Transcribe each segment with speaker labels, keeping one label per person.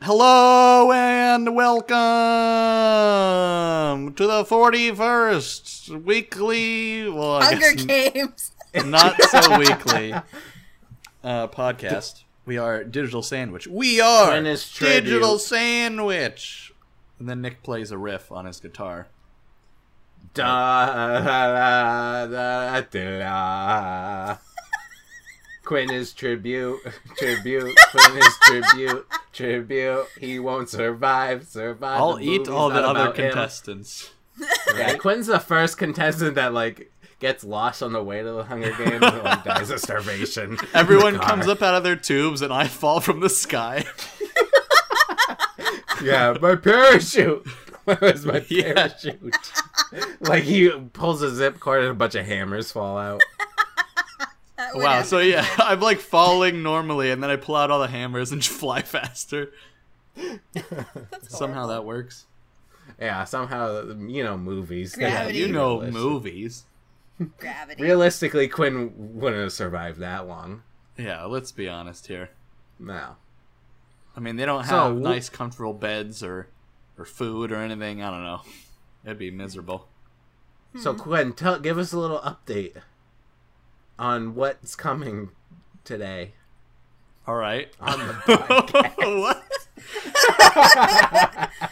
Speaker 1: Hello and welcome to the 41st weekly. Well, I
Speaker 2: Hunger
Speaker 1: guess
Speaker 2: Games.
Speaker 1: n- not so weekly uh, podcast. We are Digital Sandwich. We are
Speaker 3: Menace tribute.
Speaker 1: Digital Sandwich. And then Nick plays a riff on his guitar.
Speaker 3: Da, da, da, da. Quinn is tribute, tribute, Quinn is tribute, tribute. He won't survive, survive.
Speaker 1: I'll
Speaker 3: the
Speaker 1: eat
Speaker 3: movie's
Speaker 1: all the
Speaker 3: not
Speaker 1: other
Speaker 3: about him.
Speaker 1: contestants.
Speaker 3: Yeah, Quinn's the first contestant that like gets lost on the way to the Hunger Games and like, dies of starvation. in the
Speaker 1: Everyone
Speaker 3: car.
Speaker 1: comes up out of their tubes and I fall from the sky.
Speaker 3: Yeah, my parachute. Where's my
Speaker 1: Yeah.
Speaker 3: parachute? like he pulls a zip cord and a bunch of hammers fall out.
Speaker 2: That
Speaker 3: Oh
Speaker 2: would
Speaker 1: Wow,
Speaker 2: have
Speaker 1: so
Speaker 2: been
Speaker 1: yeah,
Speaker 2: good.
Speaker 1: I'm like falling normally, and then I pull out all the hammers and just fly faster. Somehow that works.
Speaker 3: Yeah, somehow you know movies. they
Speaker 1: Yeah,
Speaker 3: have
Speaker 2: Gravity.
Speaker 1: you know
Speaker 3: realistic-
Speaker 1: movies.
Speaker 2: Gravity.
Speaker 3: Realistically, Quinn wouldn't have survived that long.
Speaker 1: Yeah, let's be honest here.
Speaker 3: No.
Speaker 1: I mean, they don't
Speaker 3: So,
Speaker 1: have
Speaker 3: wh-
Speaker 1: nice, comfortable beds or or food or anything. I don't know. It'd be miserable.
Speaker 3: So Quinn, tell, give us a little update on what's coming today.
Speaker 1: All right.
Speaker 3: On the
Speaker 1: what?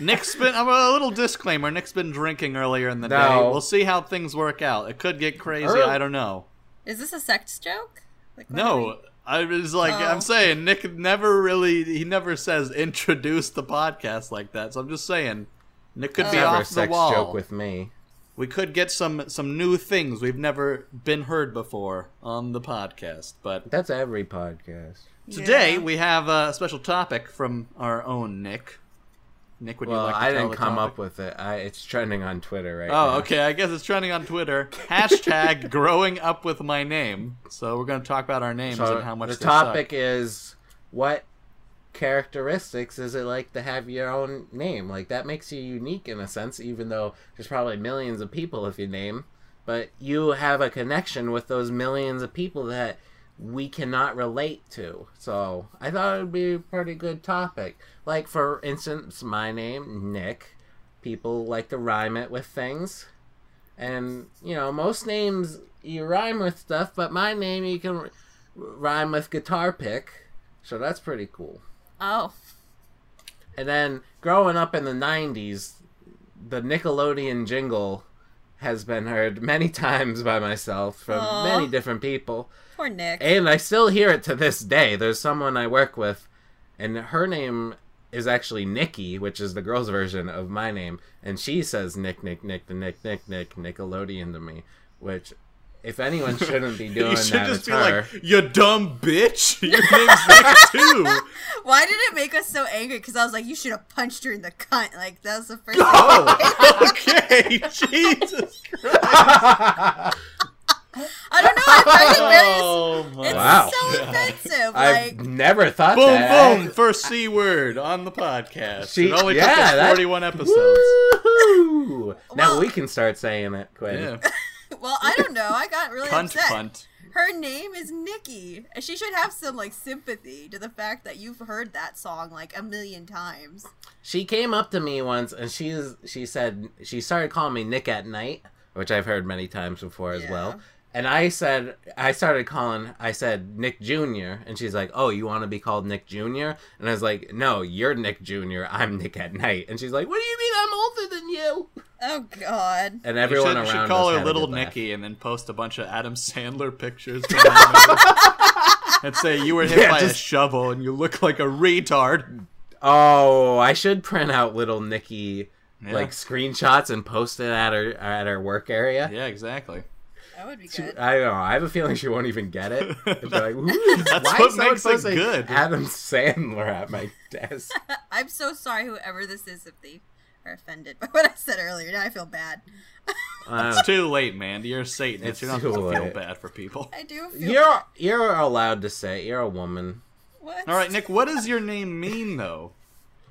Speaker 1: Nick's been I'm a little disclaimer. Nick's been drinking earlier in the
Speaker 3: No.
Speaker 1: day. We'll see how things work out. It could get crazy.
Speaker 3: Earl-
Speaker 1: I don't know.
Speaker 2: Is this a sex joke? Like, what are
Speaker 1: No, I was like,
Speaker 2: Oh.
Speaker 1: I'm saying Nick never really, he never says introduce the podcast like that. So I'm just saying, Nick could be
Speaker 2: Never
Speaker 3: Never
Speaker 1: off
Speaker 3: a
Speaker 1: the
Speaker 3: sex
Speaker 1: wall.
Speaker 3: joke with me.
Speaker 1: we could get some some new things we've never been heard before on the podcast. But
Speaker 3: That's every podcast.
Speaker 2: we-
Speaker 1: today
Speaker 2: Yeah.
Speaker 1: we have a special topic from our own Nick. Nick, would you
Speaker 3: well,
Speaker 1: like? To
Speaker 3: I
Speaker 1: tell
Speaker 3: didn't
Speaker 1: the
Speaker 3: come
Speaker 1: topic?
Speaker 3: up with it. I, it's trending on Twitter right now.
Speaker 1: Oh, okay. I guess it's trending on Twitter. Hashtag growing up with my name. So we're going to talk about our names
Speaker 3: So
Speaker 1: and how much
Speaker 3: the
Speaker 1: they suck.
Speaker 3: topic is what characteristics is it like to have your own name? Like that makes you unique in a sense, even though there's probably millions of people if you name, but you have a connection with those millions of people that we cannot relate to. So I thought it would be a pretty good topic. Like for instance, my name Nick. People like to rhyme it with things. And you know, most names you rhyme with stuff, but my name you can r- rhyme with guitar pick, so that's pretty cool.
Speaker 2: Oh,
Speaker 3: And then growing up in the '90s, the Nickelodeon jingle has been heard many times by myself from
Speaker 2: Aw.
Speaker 3: many different people,
Speaker 2: poor Nick.
Speaker 3: and I still hear it to this day. There's someone I work with, and her name is actually Nikki, which is the girl's version of my name, and she says Nick, Nick, Nick, the Nick, Nick, Nick, Nickelodeon to me, which. If anyone shouldn't be doing
Speaker 1: you should
Speaker 3: that,
Speaker 1: just
Speaker 3: it's
Speaker 1: be
Speaker 3: her.
Speaker 1: like, you dumb bitch. Your name's Nick too.
Speaker 2: Why did it make us so angry? Because I was like, you should have punched her in the cunt. Like, that was the first.
Speaker 1: Oh, okay. Jesus Christ.
Speaker 2: I don't know. I find it very.
Speaker 1: Oh my.
Speaker 2: It's
Speaker 3: Wow.
Speaker 2: so
Speaker 1: Yeah.
Speaker 2: offensive.
Speaker 3: I've
Speaker 2: Like,
Speaker 3: never thought
Speaker 1: Boom,
Speaker 3: that.
Speaker 1: boom. First c word on the podcast.
Speaker 3: She-
Speaker 1: it only took
Speaker 3: yeah,
Speaker 1: us
Speaker 3: that-
Speaker 1: forty-one episodes.
Speaker 3: Woohoo! Now
Speaker 2: Well-
Speaker 3: we can start saying it quick.
Speaker 1: Yeah.
Speaker 2: well, I don't know. I got really
Speaker 1: Cunt,
Speaker 2: upset.
Speaker 1: punt.
Speaker 2: Her name is Nikki, and she should have some like sympathy to the fact that you've heard that song like a million times.
Speaker 3: She came up to me once and she's she said she started calling me Nick at night, which I've heard many times before as
Speaker 2: Yeah.
Speaker 3: well. And I said I started calling I said Nick Jr. and she's like, "Oh, you want to be called Nick Jr.?" And I was like, "No, you're Nick Jr. I'm Nick at night." And she's like, "What do you mean I'm older than you?"
Speaker 2: Oh God.
Speaker 3: And
Speaker 1: You
Speaker 3: everyone
Speaker 1: should, you
Speaker 3: around
Speaker 1: should call
Speaker 3: us
Speaker 1: her
Speaker 3: had a
Speaker 1: Little
Speaker 3: good laugh.
Speaker 1: Nikki and then post a bunch of Adam Sandler pictures from that movie. and say you were hit
Speaker 3: Yeah,
Speaker 1: by a
Speaker 3: just-
Speaker 1: shovel and you look like a retard.
Speaker 3: Oh, I should print out little Nikki
Speaker 1: Yeah.
Speaker 3: like screenshots and post it at her at her work area.
Speaker 1: Yeah, exactly.
Speaker 2: That would be
Speaker 3: She-
Speaker 2: good.
Speaker 3: I don't know. I have a feeling she won't even get it. They'll be like, "Ooh, why
Speaker 1: what
Speaker 3: is someone
Speaker 1: makes it
Speaker 3: posting
Speaker 1: good."
Speaker 3: Adam Sandler at my desk.
Speaker 2: I'm so sorry, whoever this is, if they are offended by what I said earlier. Now I feel bad.
Speaker 3: Uh,
Speaker 1: It's too late, man. You're a Satanist.
Speaker 3: It's
Speaker 1: You're not
Speaker 3: too
Speaker 1: supposed to feel
Speaker 3: late.
Speaker 1: bad for people.
Speaker 2: I do feel.
Speaker 3: you're you're allowed to say it. you're a woman.
Speaker 2: What?
Speaker 1: All right, Nick, what does your name mean, though?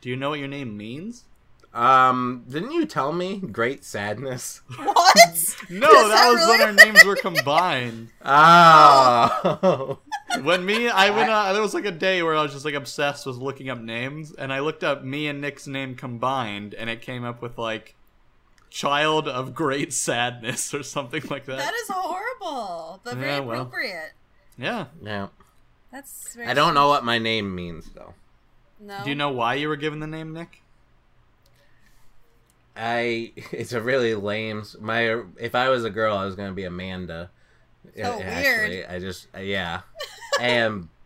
Speaker 1: Do you know what your name means?
Speaker 3: Um, didn't you tell me great sadness?
Speaker 2: What?
Speaker 1: No, that
Speaker 2: Does that
Speaker 1: was when
Speaker 2: really-
Speaker 1: our names were combined.
Speaker 3: Oh,
Speaker 1: when me, I went. Uh, there was like a day where I was just like obsessed with looking up names, and I looked up me and Nick's name combined, and it came up with like "child of great sadness" or something like that.
Speaker 2: That is horrible, but very
Speaker 1: Yeah, well.
Speaker 2: appropriate.
Speaker 1: yeah.
Speaker 3: No,
Speaker 2: That's very
Speaker 3: I don't know what my name means though.
Speaker 2: No.
Speaker 1: Do you know why you were given the name Nick?
Speaker 3: I it's a really lame. s- My if I was a girl, I was gonna be Amanda.
Speaker 2: So
Speaker 3: A-
Speaker 2: weird.
Speaker 3: I just uh, yeah, I am.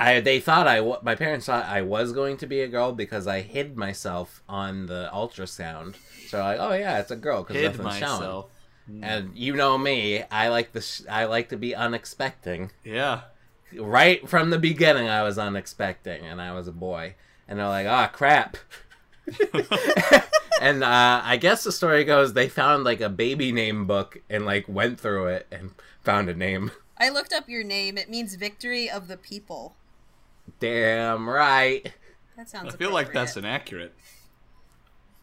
Speaker 3: I they thought I wa- my parents thought I was going to be a girl because I hid myself on the ultrasound. So like, oh yeah, it's a girl because
Speaker 1: Hid
Speaker 3: nothing's
Speaker 1: myself.
Speaker 3: shown. And you know me, I like the sh- I like to be unexpecting
Speaker 1: Yeah.
Speaker 3: right from the beginning I was unexpecting and I was a boy and they're like ah crap and uh, I guess the story goes they found like a baby name book and like went through it and found a name
Speaker 2: I looked up your name. It means victory of the people.
Speaker 3: damn right
Speaker 2: That sounds.
Speaker 1: I feel like that's
Speaker 2: appropriate.
Speaker 1: inaccurate.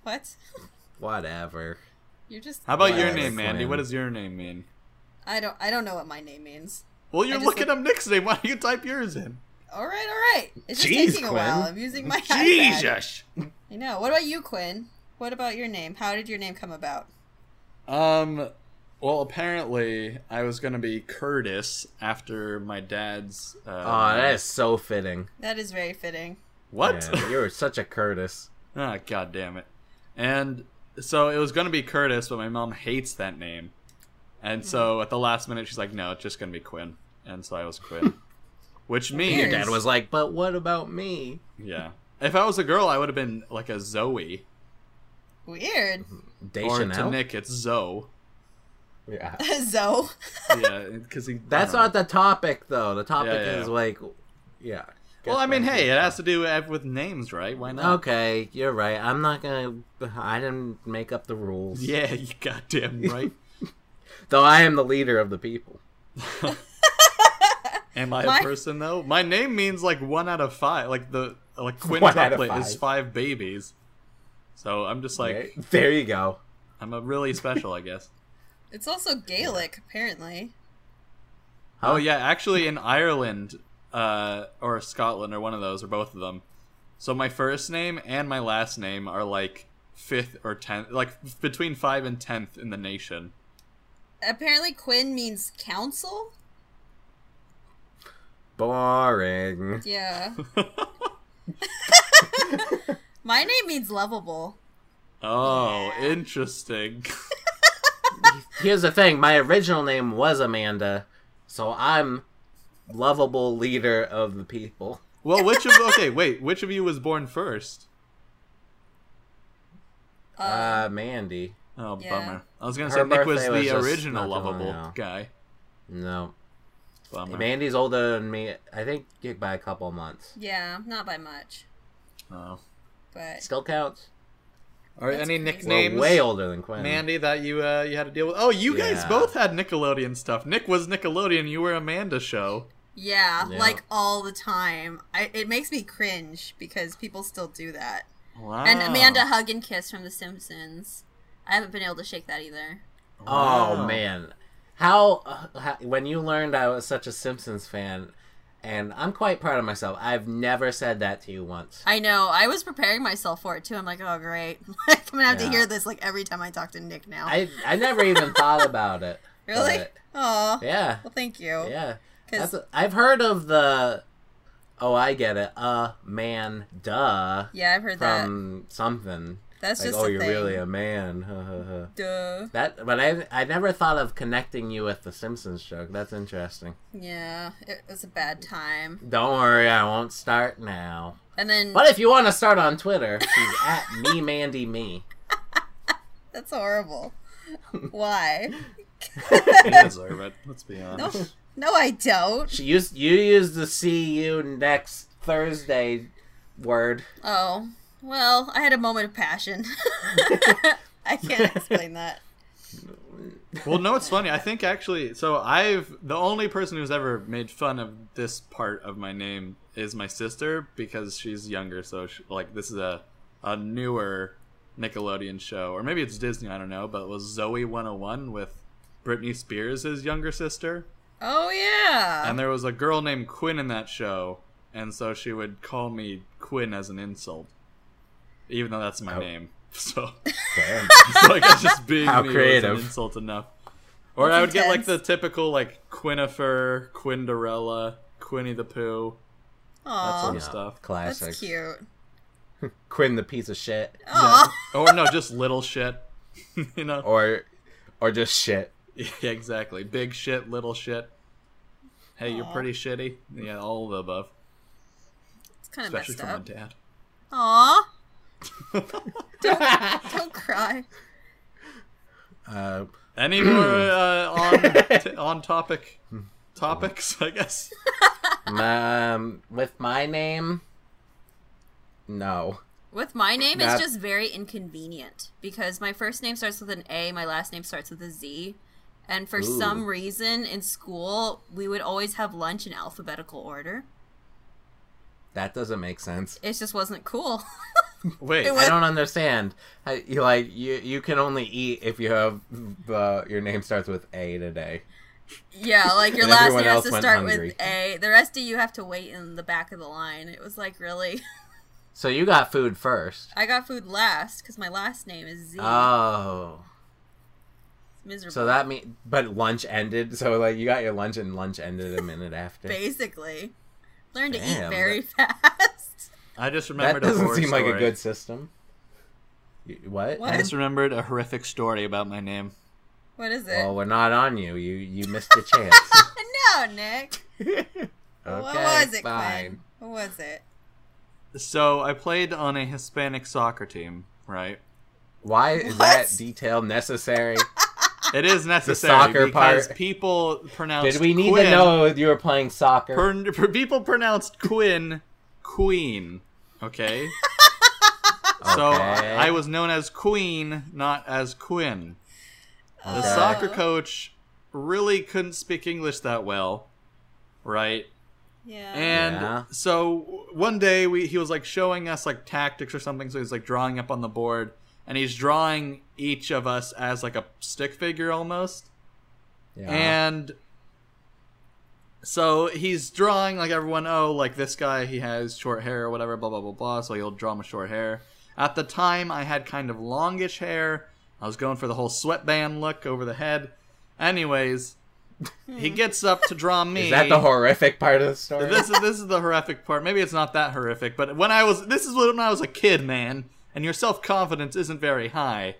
Speaker 2: What?
Speaker 3: whatever
Speaker 2: You're just.
Speaker 1: How about
Speaker 3: Well,
Speaker 1: your
Speaker 3: that's
Speaker 1: name, Mandy?
Speaker 3: lame.
Speaker 1: What does your name mean?
Speaker 2: I don't. I don't know what my name means.
Speaker 1: Well, you're
Speaker 2: just
Speaker 1: looking
Speaker 2: look-
Speaker 1: up Nick's name. Why don't you type yours in?
Speaker 2: All right, all right. It's just
Speaker 3: Jeez,
Speaker 2: taking a while.
Speaker 3: Quinn.
Speaker 2: I'm using my iPad.
Speaker 1: Jesus.
Speaker 2: I know. What about you, Quinn? What about your name? How did your name come about?
Speaker 1: Um. Well, apparently, I was gonna be Curtis after my dad's. Uh,
Speaker 3: oh that is so fitting
Speaker 2: That is very fitting.
Speaker 1: what?
Speaker 3: Yeah, you're such a Curtis
Speaker 1: Ah, god damn it. And so it was gonna be Curtis, but my mom hates that name. And so at the last minute she's like, No, it's just gonna be Quinn. And so I was Quinn. Which means
Speaker 3: your dad was like but what about me
Speaker 1: Yeah. If I was a girl I would have been like a Zoe. Mm-hmm.
Speaker 2: Weird.
Speaker 1: Or to
Speaker 3: Deschanel?
Speaker 1: Nick it's Zoe.
Speaker 3: yeah
Speaker 2: Zoe.
Speaker 1: Yeah, because he
Speaker 3: that's
Speaker 1: I don't
Speaker 3: not the topic though the topic
Speaker 1: Yeah, yeah.
Speaker 3: is like yeah
Speaker 1: know. Well, I mean,
Speaker 3: Get back
Speaker 1: hey,
Speaker 3: to
Speaker 1: it
Speaker 3: the
Speaker 1: has to do with names, right? Why not?
Speaker 3: Okay, you're right. I'm not gonna. I didn't make up the rules.
Speaker 1: Yeah, you goddamn right.
Speaker 3: Though I am the leader of the people.
Speaker 1: Am I
Speaker 2: My-
Speaker 1: a person though? My name means like one out of five. Like the like
Speaker 3: One out of
Speaker 1: quintuplet is five babies. So I'm just like
Speaker 3: There- there you go.
Speaker 1: I'm a really special, I guess.
Speaker 2: It's also Gaelic, apparently.
Speaker 1: Oh yeah, actually in Ireland uh, or Scotland or one of those or both of them. So my first name and my last name are like fifth or tenth, like f- between five and tenth in the nation.
Speaker 2: Apparently, Quinn means council.
Speaker 3: Boring.
Speaker 2: Yeah. My name means lovable.
Speaker 1: Oh, interesting.
Speaker 3: Here's the thing. My original name was Amanda, so I'm lovable leader of the people.
Speaker 1: well, which of okay, wait, which of you was born first?
Speaker 2: Uh,
Speaker 3: Uh, Mandy.
Speaker 1: Oh,
Speaker 2: Yeah.
Speaker 1: bummer. I was gonna
Speaker 3: Her
Speaker 1: say Nick was
Speaker 3: birthday was
Speaker 1: the
Speaker 3: just
Speaker 1: original
Speaker 3: not too long
Speaker 1: lovable
Speaker 3: ago.
Speaker 1: guy.
Speaker 3: No,
Speaker 1: Bummer.
Speaker 3: Mandy's older than me. I think by a couple months.
Speaker 2: yeah, not by much,
Speaker 1: Oh.
Speaker 2: but
Speaker 3: Still counts.
Speaker 1: Are
Speaker 2: That's
Speaker 1: any
Speaker 2: crazy.
Speaker 1: nicknames?
Speaker 3: We're way older than Quinn.
Speaker 1: Mandy, that you uh, you had to deal with. Oh, you guys
Speaker 3: Yeah.
Speaker 1: both had Nickelodeon stuff. Nick was Nickelodeon. You were Amanda show.
Speaker 2: yeah,
Speaker 3: Yeah.
Speaker 2: like all the time. I, it makes me cringe because people still do that.
Speaker 1: Wow.
Speaker 3: Ah.
Speaker 2: And Amanda hug and kiss from The Simpsons. I haven't been able to shake that either.
Speaker 3: Oh
Speaker 1: Wow.
Speaker 3: man, how, uh, how when you learned I was such a Simpsons fan, and I'm quite proud of myself. I've never said that to you once.
Speaker 2: I know. I was preparing myself for it too. I'm like, oh great, like, I'm gonna have
Speaker 3: Yeah.
Speaker 2: to hear this like every time I talk to Nick now.
Speaker 3: I I never even thought about it.
Speaker 2: really? Oh,
Speaker 3: But, yeah,
Speaker 2: well, thank you.
Speaker 3: yeah.
Speaker 2: 'Cause-
Speaker 3: That's a, I've heard of the. Oh, I get it. Uh, man, duh.
Speaker 2: yeah, I've heard that.
Speaker 3: From something.
Speaker 2: That's
Speaker 3: like,
Speaker 2: just
Speaker 3: oh,
Speaker 2: a
Speaker 3: you're
Speaker 2: thing.
Speaker 3: really a man.
Speaker 2: Duh.
Speaker 3: that, but I I never thought of connecting you with the Simpsons joke. That's interesting.
Speaker 2: Yeah, it was a bad time.
Speaker 3: Don't worry, I won't start now.
Speaker 2: And then
Speaker 3: But if you want to start on Twitter, she's at me Mandy me.
Speaker 2: that's horrible. Why?
Speaker 1: You deserve it. Let's be
Speaker 2: No,
Speaker 1: honest.
Speaker 2: no, I don't.
Speaker 3: She used you used the see you next Thursday word.
Speaker 2: Oh, well, I had a moment of passion. I can't explain that.
Speaker 1: Well, no, it's funny. I think actually, so I've the only person who's ever made fun of this part of my name is my sister because she's younger. So she, like this is a a newer Nickelodeon show, or oh maybe it's Disney. I don't know, but it was Zoe 101 with Britney Spears' younger sister.
Speaker 2: Oh yeah.
Speaker 1: And there was a girl named Quinn in that show, and so she would call me Quinn as an insult, even though that's my
Speaker 3: Oh.
Speaker 1: name. So,
Speaker 3: Damn.
Speaker 1: so I guess just being
Speaker 3: How
Speaker 1: me
Speaker 3: creative.
Speaker 1: was an insult enough. Or
Speaker 2: That's
Speaker 1: I would get like the
Speaker 2: intense.
Speaker 1: typical like Quinifer, Quinderella, Quinny the Pooh, that sort
Speaker 2: Aw,
Speaker 1: of stuff.
Speaker 3: Classic.
Speaker 2: that's cute.
Speaker 3: Quinn the piece of shit.
Speaker 2: Aw.
Speaker 1: Or no, just little shit. you know?
Speaker 3: Or or just shit.
Speaker 1: Yeah, exactly. Big shit, little shit. Hey, you're
Speaker 2: Aw.
Speaker 1: pretty shitty. Yeah, all of the above.
Speaker 2: It's kind of
Speaker 1: Especially
Speaker 2: messed
Speaker 1: from my
Speaker 2: up.
Speaker 1: dad.
Speaker 2: Aw, don't cry.
Speaker 3: Uh,
Speaker 1: Any more uh, on t- on topic topics? I guess.
Speaker 3: my- um, with my name, no.
Speaker 2: With my name,
Speaker 3: That-
Speaker 2: it's just very inconvenient because my first name starts with an A, my last name starts with a Z. And for
Speaker 3: Ooh.
Speaker 2: some reason in school, we would always have lunch in alphabetical order.
Speaker 3: That doesn't make sense.
Speaker 2: It just wasn't cool.
Speaker 1: Wait,
Speaker 2: It
Speaker 3: I
Speaker 2: was-
Speaker 3: don't understand. I, you like you you can only eat if you have the your name starts with A today.
Speaker 2: yeah, like your
Speaker 3: And
Speaker 2: last
Speaker 3: everyone
Speaker 2: name has
Speaker 3: else
Speaker 2: to
Speaker 3: went
Speaker 2: start
Speaker 3: hungry.
Speaker 2: with A. The rest of you have to wait in the back of the line. It was like, really?
Speaker 3: So you got food first.
Speaker 2: I got food last because my last name is Z.
Speaker 3: Oh.
Speaker 2: It's miserable.
Speaker 3: So that mean but lunch ended. So like you got your lunch and lunch ended a minute after.
Speaker 2: Basically, learn to
Speaker 3: Damn,
Speaker 2: eat very fast.
Speaker 1: I just
Speaker 3: That
Speaker 1: remembered. a
Speaker 3: doesn't
Speaker 1: horror
Speaker 3: seem like a
Speaker 1: story.
Speaker 3: good system. You- What?
Speaker 1: I
Speaker 2: What?
Speaker 1: just remembered a horrific story about my name.
Speaker 2: what is it?
Speaker 3: Well, we're not on you. You you missed your chance.
Speaker 2: no, Nick.
Speaker 3: okay,
Speaker 2: what was it,
Speaker 3: fine.
Speaker 2: Quinn? What was it?
Speaker 1: So I played on a Hispanic soccer team, right?
Speaker 3: Why
Speaker 2: What?
Speaker 3: is that detail necessary?
Speaker 1: It is necessary
Speaker 3: soccer
Speaker 1: because
Speaker 3: part.
Speaker 1: people pronounce.
Speaker 3: Did we need
Speaker 1: Quinn,
Speaker 3: to know you were playing soccer?
Speaker 1: pron- pr- people pronounced Quinn Queen. Okay, so
Speaker 3: Okay.
Speaker 1: I was known as Queen, not as Quinn.
Speaker 2: Oh,
Speaker 1: The
Speaker 3: Okay.
Speaker 1: soccer coach really couldn't speak English that well, right?
Speaker 2: Yeah.
Speaker 1: And
Speaker 3: Yeah.
Speaker 1: so one day we he was like showing us like tactics or something. So he's like drawing up on the board, and he's drawing each of us as like a stick figure almost.
Speaker 3: Yeah.
Speaker 1: And so he's drawing like everyone, oh, like this guy, he has short hair or whatever, blah, blah, blah, blah. So he'll draw him with short hair. At the time, I had kind of longish hair. I was going for the whole sweatband look over the head. Anyways, he gets up to draw me.
Speaker 3: is that the horrific part of the story?
Speaker 1: This is this is the horrific part. Maybe it's not that horrific, but when I was this is when I was a kid, man, and your self confidence isn't very high.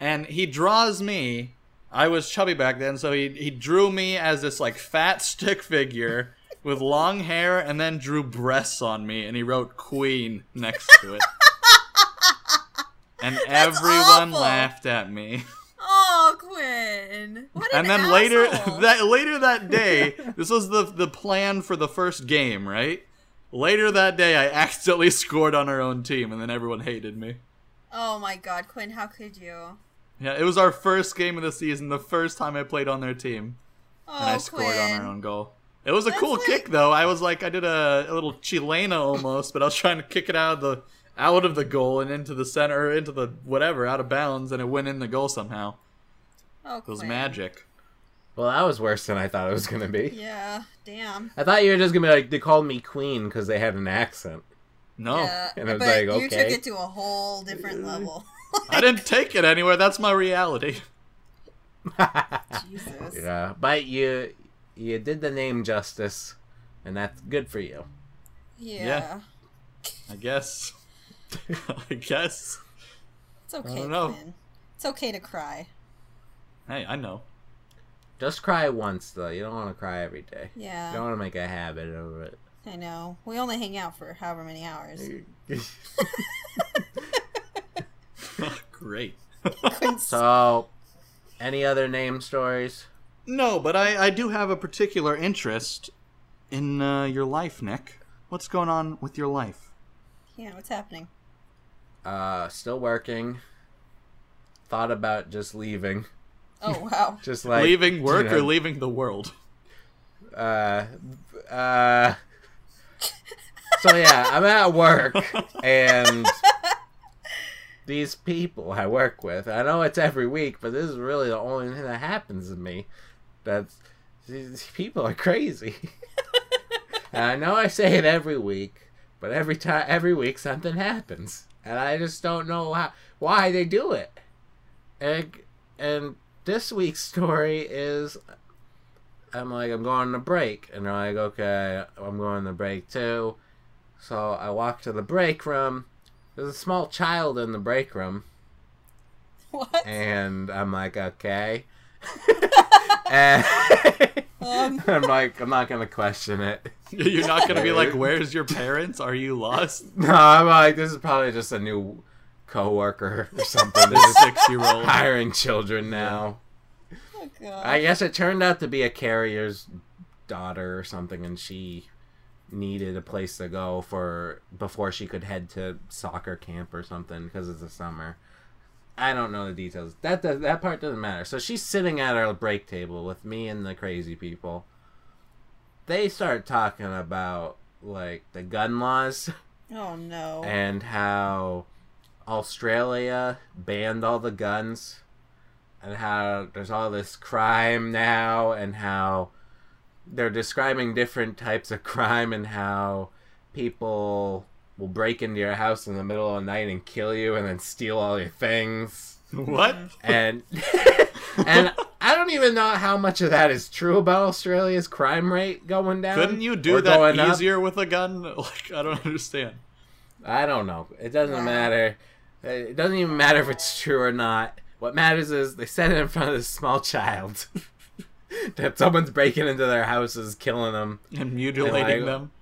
Speaker 1: And he draws me. I was chubby back then, so he he drew me as this like fat stick figure with long hair, and then drew breasts on me, and he wrote "Queen" next to it. And everyone
Speaker 2: awful.
Speaker 1: laughed at me
Speaker 2: oh, Quinn. What an
Speaker 1: and then later
Speaker 2: asshole.
Speaker 1: that later that day this was the the plan for the first game right later that day i accidentally scored on our own team and then everyone hated me
Speaker 2: Oh my God, Quinn! How could you?
Speaker 1: yeah it was our first game of the season the first time i played on their team
Speaker 2: Oh,
Speaker 1: and i scored
Speaker 2: Quinn.
Speaker 1: on our own goal it was a
Speaker 2: That's
Speaker 1: cool
Speaker 2: like-
Speaker 1: kick though i was like i did a, a little chilena almost but i was trying to kick it out of the out of the goal and into the center into the whatever out of bounds and it went in the goal somehow
Speaker 2: Oh,
Speaker 1: it was
Speaker 2: Quinn.
Speaker 1: magic
Speaker 3: well, that was worse than I thought it was gonna be.
Speaker 2: Yeah. Damn.
Speaker 3: I thought you were just gonna be like they called me Queen because they had an accent.
Speaker 1: no
Speaker 2: Yeah,
Speaker 3: And I was
Speaker 2: but
Speaker 3: like,
Speaker 2: you took
Speaker 3: okay.
Speaker 2: it to a whole different level.
Speaker 1: i didn't take it anywhere that's my reality
Speaker 2: Jesus.
Speaker 3: Yeah, but you you did the name justice, and that's good for you.
Speaker 2: Yeah.
Speaker 1: Yeah. I guess. I guess.
Speaker 2: It's okay,
Speaker 1: don't know.
Speaker 2: Quinn. It's okay to cry.
Speaker 1: Hey, I know.
Speaker 3: Just cry once though. You don't want to cry every day. You don't
Speaker 2: Yeah.
Speaker 3: want to make a habit of it.
Speaker 2: I know. We only hang out for however many hours.
Speaker 1: Great.
Speaker 2: Quinn's
Speaker 3: so, any other name stories?
Speaker 1: No, but I, I do have a particular interest in uh, your life, Nick. What's going on with your life?
Speaker 2: yeah. What's happening?
Speaker 3: Uh, still working. Thought about just leaving.
Speaker 2: Oh wow.
Speaker 3: Just like
Speaker 1: leaving work
Speaker 3: you
Speaker 1: or
Speaker 3: know,
Speaker 1: leaving the world?
Speaker 3: uh, uh. So yeah, I'm at work and these people I work with. I know it's every week, but this is really the only thing that happens to me. That's These people are crazy. And I know I say it every week, but every time, every week something happens, and I just don't know how, why they do it. And, and this week's story is, I'm like, I'm going to break, and they're like, okay, I'm going to break too. So I walk to the break room. There's a small child in the break room,
Speaker 2: What?
Speaker 3: and I'm like, okay. and
Speaker 2: Um.
Speaker 3: I'm like, I'm not gonna question it.
Speaker 1: You're not gonna be like, "Where's your parents? Are you lost?"
Speaker 3: No, I'm like, this is probably just a new coworker or something. They're just
Speaker 1: Six year old.
Speaker 3: hiring children now.
Speaker 2: Oh god.
Speaker 3: I guess it turned out to be a carrier's daughter or something, and she needed a place to go for before she could head to soccer camp or something because it's the summer. I don't know the details. That does, that part doesn't matter. So she's sitting at our break table with me and the crazy people. They start talking about like the gun laws
Speaker 2: oh no.
Speaker 3: and how Australia banned all the guns, and how there's all this crime now, and how they're describing different types of crime, and how people will break into your house in the middle of the night and kill you, and then steal all your things,
Speaker 1: What?
Speaker 2: Um,
Speaker 3: and and. I don't even know how much of that is true about Australia's crime rate going down.
Speaker 1: Couldn't you do
Speaker 3: or
Speaker 1: that
Speaker 3: going up.
Speaker 1: easier with a gun? Like, I don't understand.
Speaker 3: I don't know. It doesn't
Speaker 2: Wow.
Speaker 3: matter. It doesn't even matter if it's true or not. What matters is they said it in front of this small child. that someone's breaking into their houses, killing them.
Speaker 1: And mutilating
Speaker 3: I-
Speaker 1: them.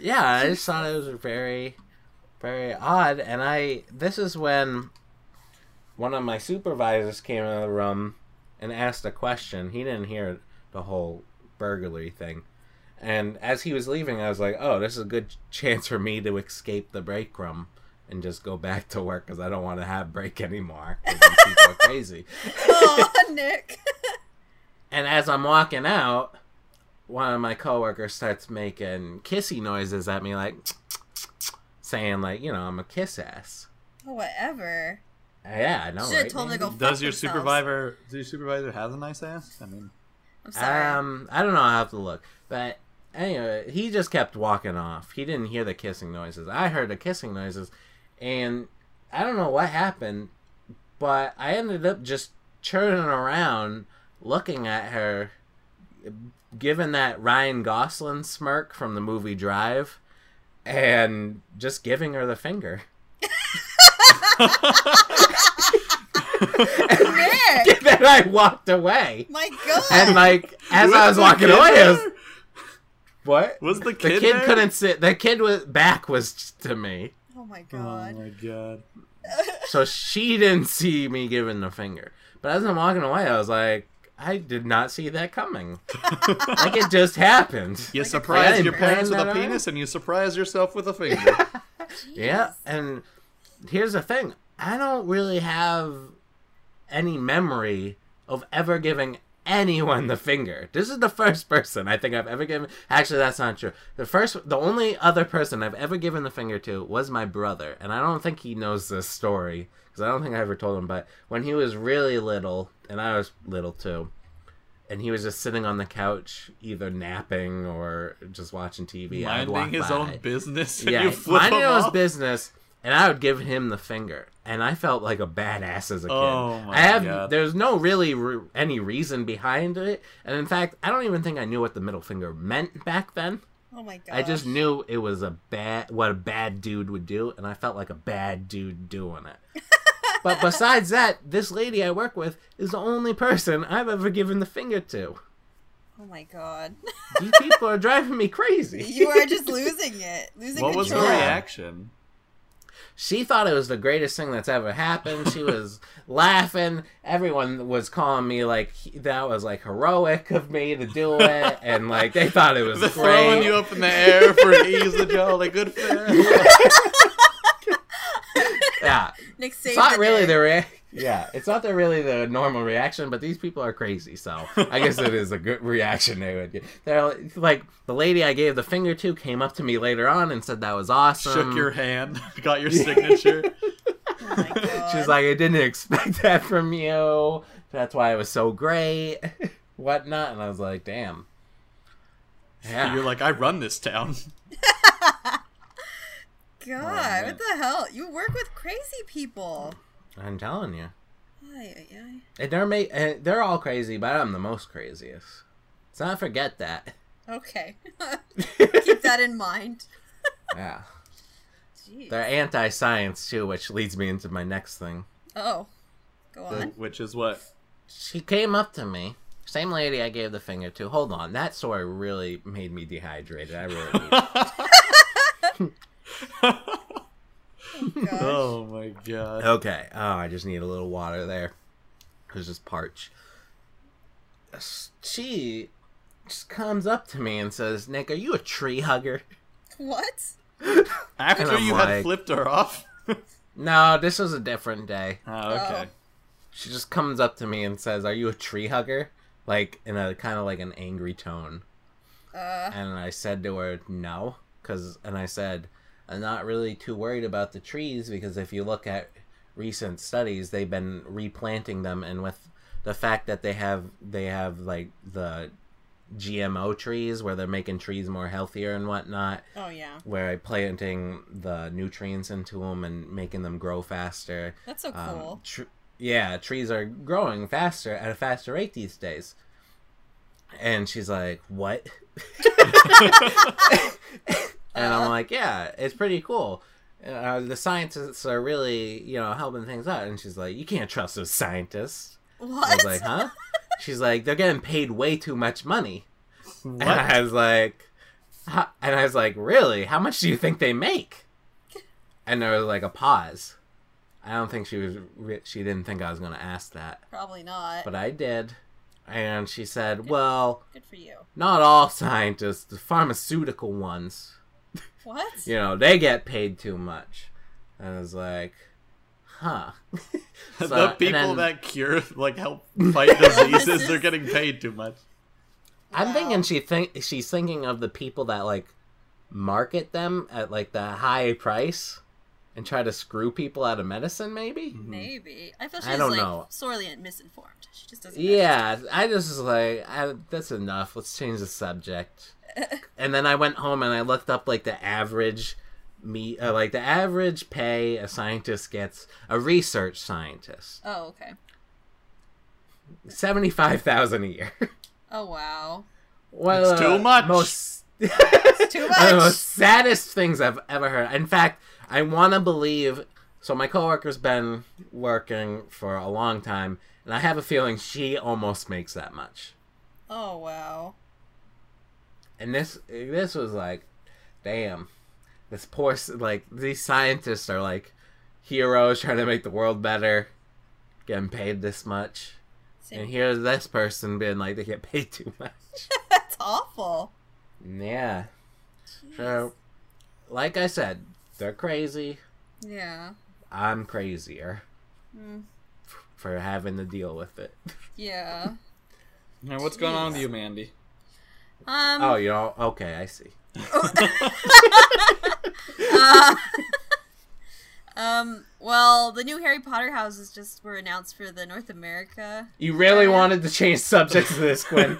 Speaker 3: Yeah, I just thought it was very, very odd. And I, this is when one of my supervisors came in the room and asked a question. He didn't hear the whole burglary thing. And as he was leaving, I was like, oh, this is a good chance for me to escape the break room and just go back to work because I don't want to have break anymore. 'cause these people are crazy.
Speaker 2: oh, Nick.
Speaker 3: And as I'm walking out, one of my coworkers starts making kissy noises at me, like saying, like, you know, I'm a kiss ass.
Speaker 2: Oh, Whatever.
Speaker 3: Yeah, I know.
Speaker 2: Should've
Speaker 3: right,
Speaker 2: told her to
Speaker 3: Mandy?
Speaker 2: go
Speaker 1: Does
Speaker 2: fuck
Speaker 1: your
Speaker 2: themselves.
Speaker 1: supervisor? Does your supervisor have a nice ass? I mean,
Speaker 2: I'm sorry.
Speaker 3: Um, I don't know. I have to look. But anyway, he just kept walking off. He didn't hear the kissing noises. I heard the kissing noises, and I don't know what happened, but I ended up just churning around, looking at her, given that Ryan Gosling smirk from the movie Drive, and just giving her the finger.
Speaker 2: Nick.
Speaker 3: then I walked away,
Speaker 2: My god.
Speaker 3: and like as I was
Speaker 1: the
Speaker 3: walking
Speaker 1: kid
Speaker 3: away, I was
Speaker 1: there?
Speaker 3: what?
Speaker 1: was the
Speaker 3: The
Speaker 1: kid?
Speaker 3: kid,
Speaker 1: there?
Speaker 3: couldn't sit. The kid was back was to me,
Speaker 2: oh my
Speaker 1: Oh
Speaker 2: god.
Speaker 1: my god.
Speaker 3: so she didn't see me giving the finger. But as I'm walking away, I was like, I did not see that coming. like it just happened.
Speaker 1: You
Speaker 2: Like a
Speaker 1: surprise
Speaker 2: crazy
Speaker 1: your parents with
Speaker 3: plan
Speaker 1: a
Speaker 3: that I-
Speaker 1: penis, and you surprise yourself with a finger.
Speaker 3: Yeah, and here's the thing: I don't really have any memory of ever giving anyone the finger. This is the first person I think I've ever given. Actually, that's not true. The first, the only other person I've ever given the finger to was my brother, and I don't think he knows this story because I don't think I ever told him. But when he was really little, and I was little too. And he was just sitting on the couch, either napping or just watching TV. I'd walk
Speaker 1: minding his
Speaker 3: by
Speaker 1: own business, and
Speaker 3: yeah,
Speaker 1: you flip
Speaker 3: minding
Speaker 1: him
Speaker 3: his
Speaker 1: off?
Speaker 3: business, and I would give him the finger, and I felt like a badass as a kid.
Speaker 1: Oh my
Speaker 3: I have
Speaker 1: God.
Speaker 3: there's no really re- any reason behind it, and in fact, I don't even think I knew what the middle finger meant back then.
Speaker 2: Oh my god.
Speaker 3: I just knew it was a bad what a bad dude would do, and I felt like a bad dude doing it. but besides that, this lady I work with is the only person I've ever given the finger to.
Speaker 2: Oh my god.
Speaker 3: These people are driving me crazy.
Speaker 2: You are just losing it. Losing
Speaker 1: What was her
Speaker 2: control.
Speaker 3: Yeah.
Speaker 1: reaction?
Speaker 3: she thought it was the greatest thing that's ever happened. She was laughing. Everyone was calling me like he- that was like heroic of me to do it, and like they thought it was
Speaker 1: The throwing
Speaker 3: great.
Speaker 1: you up in the air for an easy jolt, a good fan.
Speaker 3: yeah,
Speaker 2: Nick saved
Speaker 3: it's not
Speaker 2: the
Speaker 3: really
Speaker 2: day.
Speaker 3: the rea- yeah, it's not the really the normal reaction, but these people are crazy, so I guess it is a good reaction they would get. They're like the lady I gave the finger to came up to me later on and said that was awesome.
Speaker 1: Shook your hand, got your signature.
Speaker 2: Oh my god.
Speaker 3: She's like, I didn't expect that from you. That's why it was so great. whatnot, and I was like, damn. Yeah.
Speaker 1: You're like, I run this town.
Speaker 2: God,
Speaker 3: man.
Speaker 2: what the hell? You work with crazy people.
Speaker 3: I'm telling you.
Speaker 2: Ay, ay, ay.
Speaker 3: And they're ma- and they're all crazy, but I'm the most craziest. Let's not forget that.
Speaker 2: Okay. Keep that in mind.
Speaker 3: yeah.
Speaker 2: Jeez.
Speaker 3: They're anti science too, which leads me into my next thing.
Speaker 2: Oh. Go on.
Speaker 1: Which is what?
Speaker 3: She came up to me. Same lady I gave the finger to. Hold on, that story really made me dehydrated. I really need
Speaker 2: Gosh.
Speaker 1: oh my god.
Speaker 3: Okay. Oh, I just need a little water there. It was just parched. S- She just comes up to me and says, Nick, are you a tree hugger?
Speaker 2: What?
Speaker 3: And
Speaker 1: After
Speaker 3: I'm
Speaker 1: you
Speaker 3: like-
Speaker 1: had flipped her off? oh,
Speaker 3: No, this was a different day.
Speaker 1: okay.
Speaker 3: She just comes up to me and says, Are you a tree hugger? Like, in a kind of like an angry tone.
Speaker 2: Uh,
Speaker 3: And I said to her, No. Cause, and I said, I'm not really too worried about the trees because if you look at recent studies, they've been replanting them, and with the fact that they have they have like the GMO trees where they're making trees more healthier and whatnot,
Speaker 2: oh yeah.
Speaker 3: where planting the nutrients into them and making them grow faster,
Speaker 2: That's so
Speaker 3: um,
Speaker 2: cool.
Speaker 3: tr- yeah, trees are growing faster at a faster rate these days. And she's like, "What?" and I'm like, "Yeah, it's pretty cool. Uh, the scientists are really, you know, helping things out." And she's like, "You can't trust those scientists." I
Speaker 2: what?
Speaker 3: was like, "Huh?" she's like, "They're getting paid way too much money." And
Speaker 1: What?
Speaker 3: I was like, "Huh?" and I was like, really? How much do you think they make? And there was like a pause. I don't think she was. re- She didn't think I was going to ask that,
Speaker 2: Probably not.
Speaker 3: but I did. And she said, well,
Speaker 2: Good for you.
Speaker 3: not all scientists, the pharmaceutical ones,
Speaker 2: What?
Speaker 3: you know, they get paid too much. And I was like, huh. So-
Speaker 1: the
Speaker 3: and
Speaker 1: people
Speaker 3: then-
Speaker 1: that cure, like, help fight diseases, they're getting paid too much.
Speaker 3: I'm
Speaker 2: Wow.
Speaker 3: thinking she think she's thinking of the people that like market them at like the high price and try to screw people out of medicine maybe.
Speaker 1: Hmm.
Speaker 2: Maybe. I feel
Speaker 3: Mm-hmm. I
Speaker 2: she's
Speaker 3: don't
Speaker 2: like
Speaker 3: know.
Speaker 2: sorely misinformed. She just doesn't. know.
Speaker 3: Yeah, I just was like I, that's enough. Let's change the subject. and then I went home and I looked up like the average me uh, like the average pay a scientist gets a research scientist
Speaker 2: Oh okay.
Speaker 3: 75,000 a year.
Speaker 2: Oh wow.
Speaker 3: Well, uh,
Speaker 1: It's too much.
Speaker 3: Most
Speaker 2: Too
Speaker 3: One of the
Speaker 2: much.
Speaker 3: most saddest things I've ever heard. In fact, I want to believe. So my coworker's been working for a long time, and I have a feeling she almost makes that much.
Speaker 2: Oh wow.
Speaker 3: And this this was like, damn, this poor s- like these scientists are like heroes trying to make the world better, getting paid this much, and
Speaker 2: Same.
Speaker 3: here's this person being like they get paid too much.
Speaker 2: That's awful.
Speaker 3: yeah.
Speaker 2: Jeez.
Speaker 3: So, like I said, they're crazy.
Speaker 2: Yeah.
Speaker 3: I'm crazier
Speaker 2: Mm.
Speaker 3: for having to deal with it.
Speaker 2: Yeah.
Speaker 1: Now, what's going on with you, Mandy?
Speaker 2: Um.
Speaker 3: oh, you know, okay, I see.
Speaker 2: uh, um. Well, the new Harry Potter houses just were announced for the North America.
Speaker 3: You really
Speaker 2: Yeah.
Speaker 3: wanted to change subject to this, Gwen.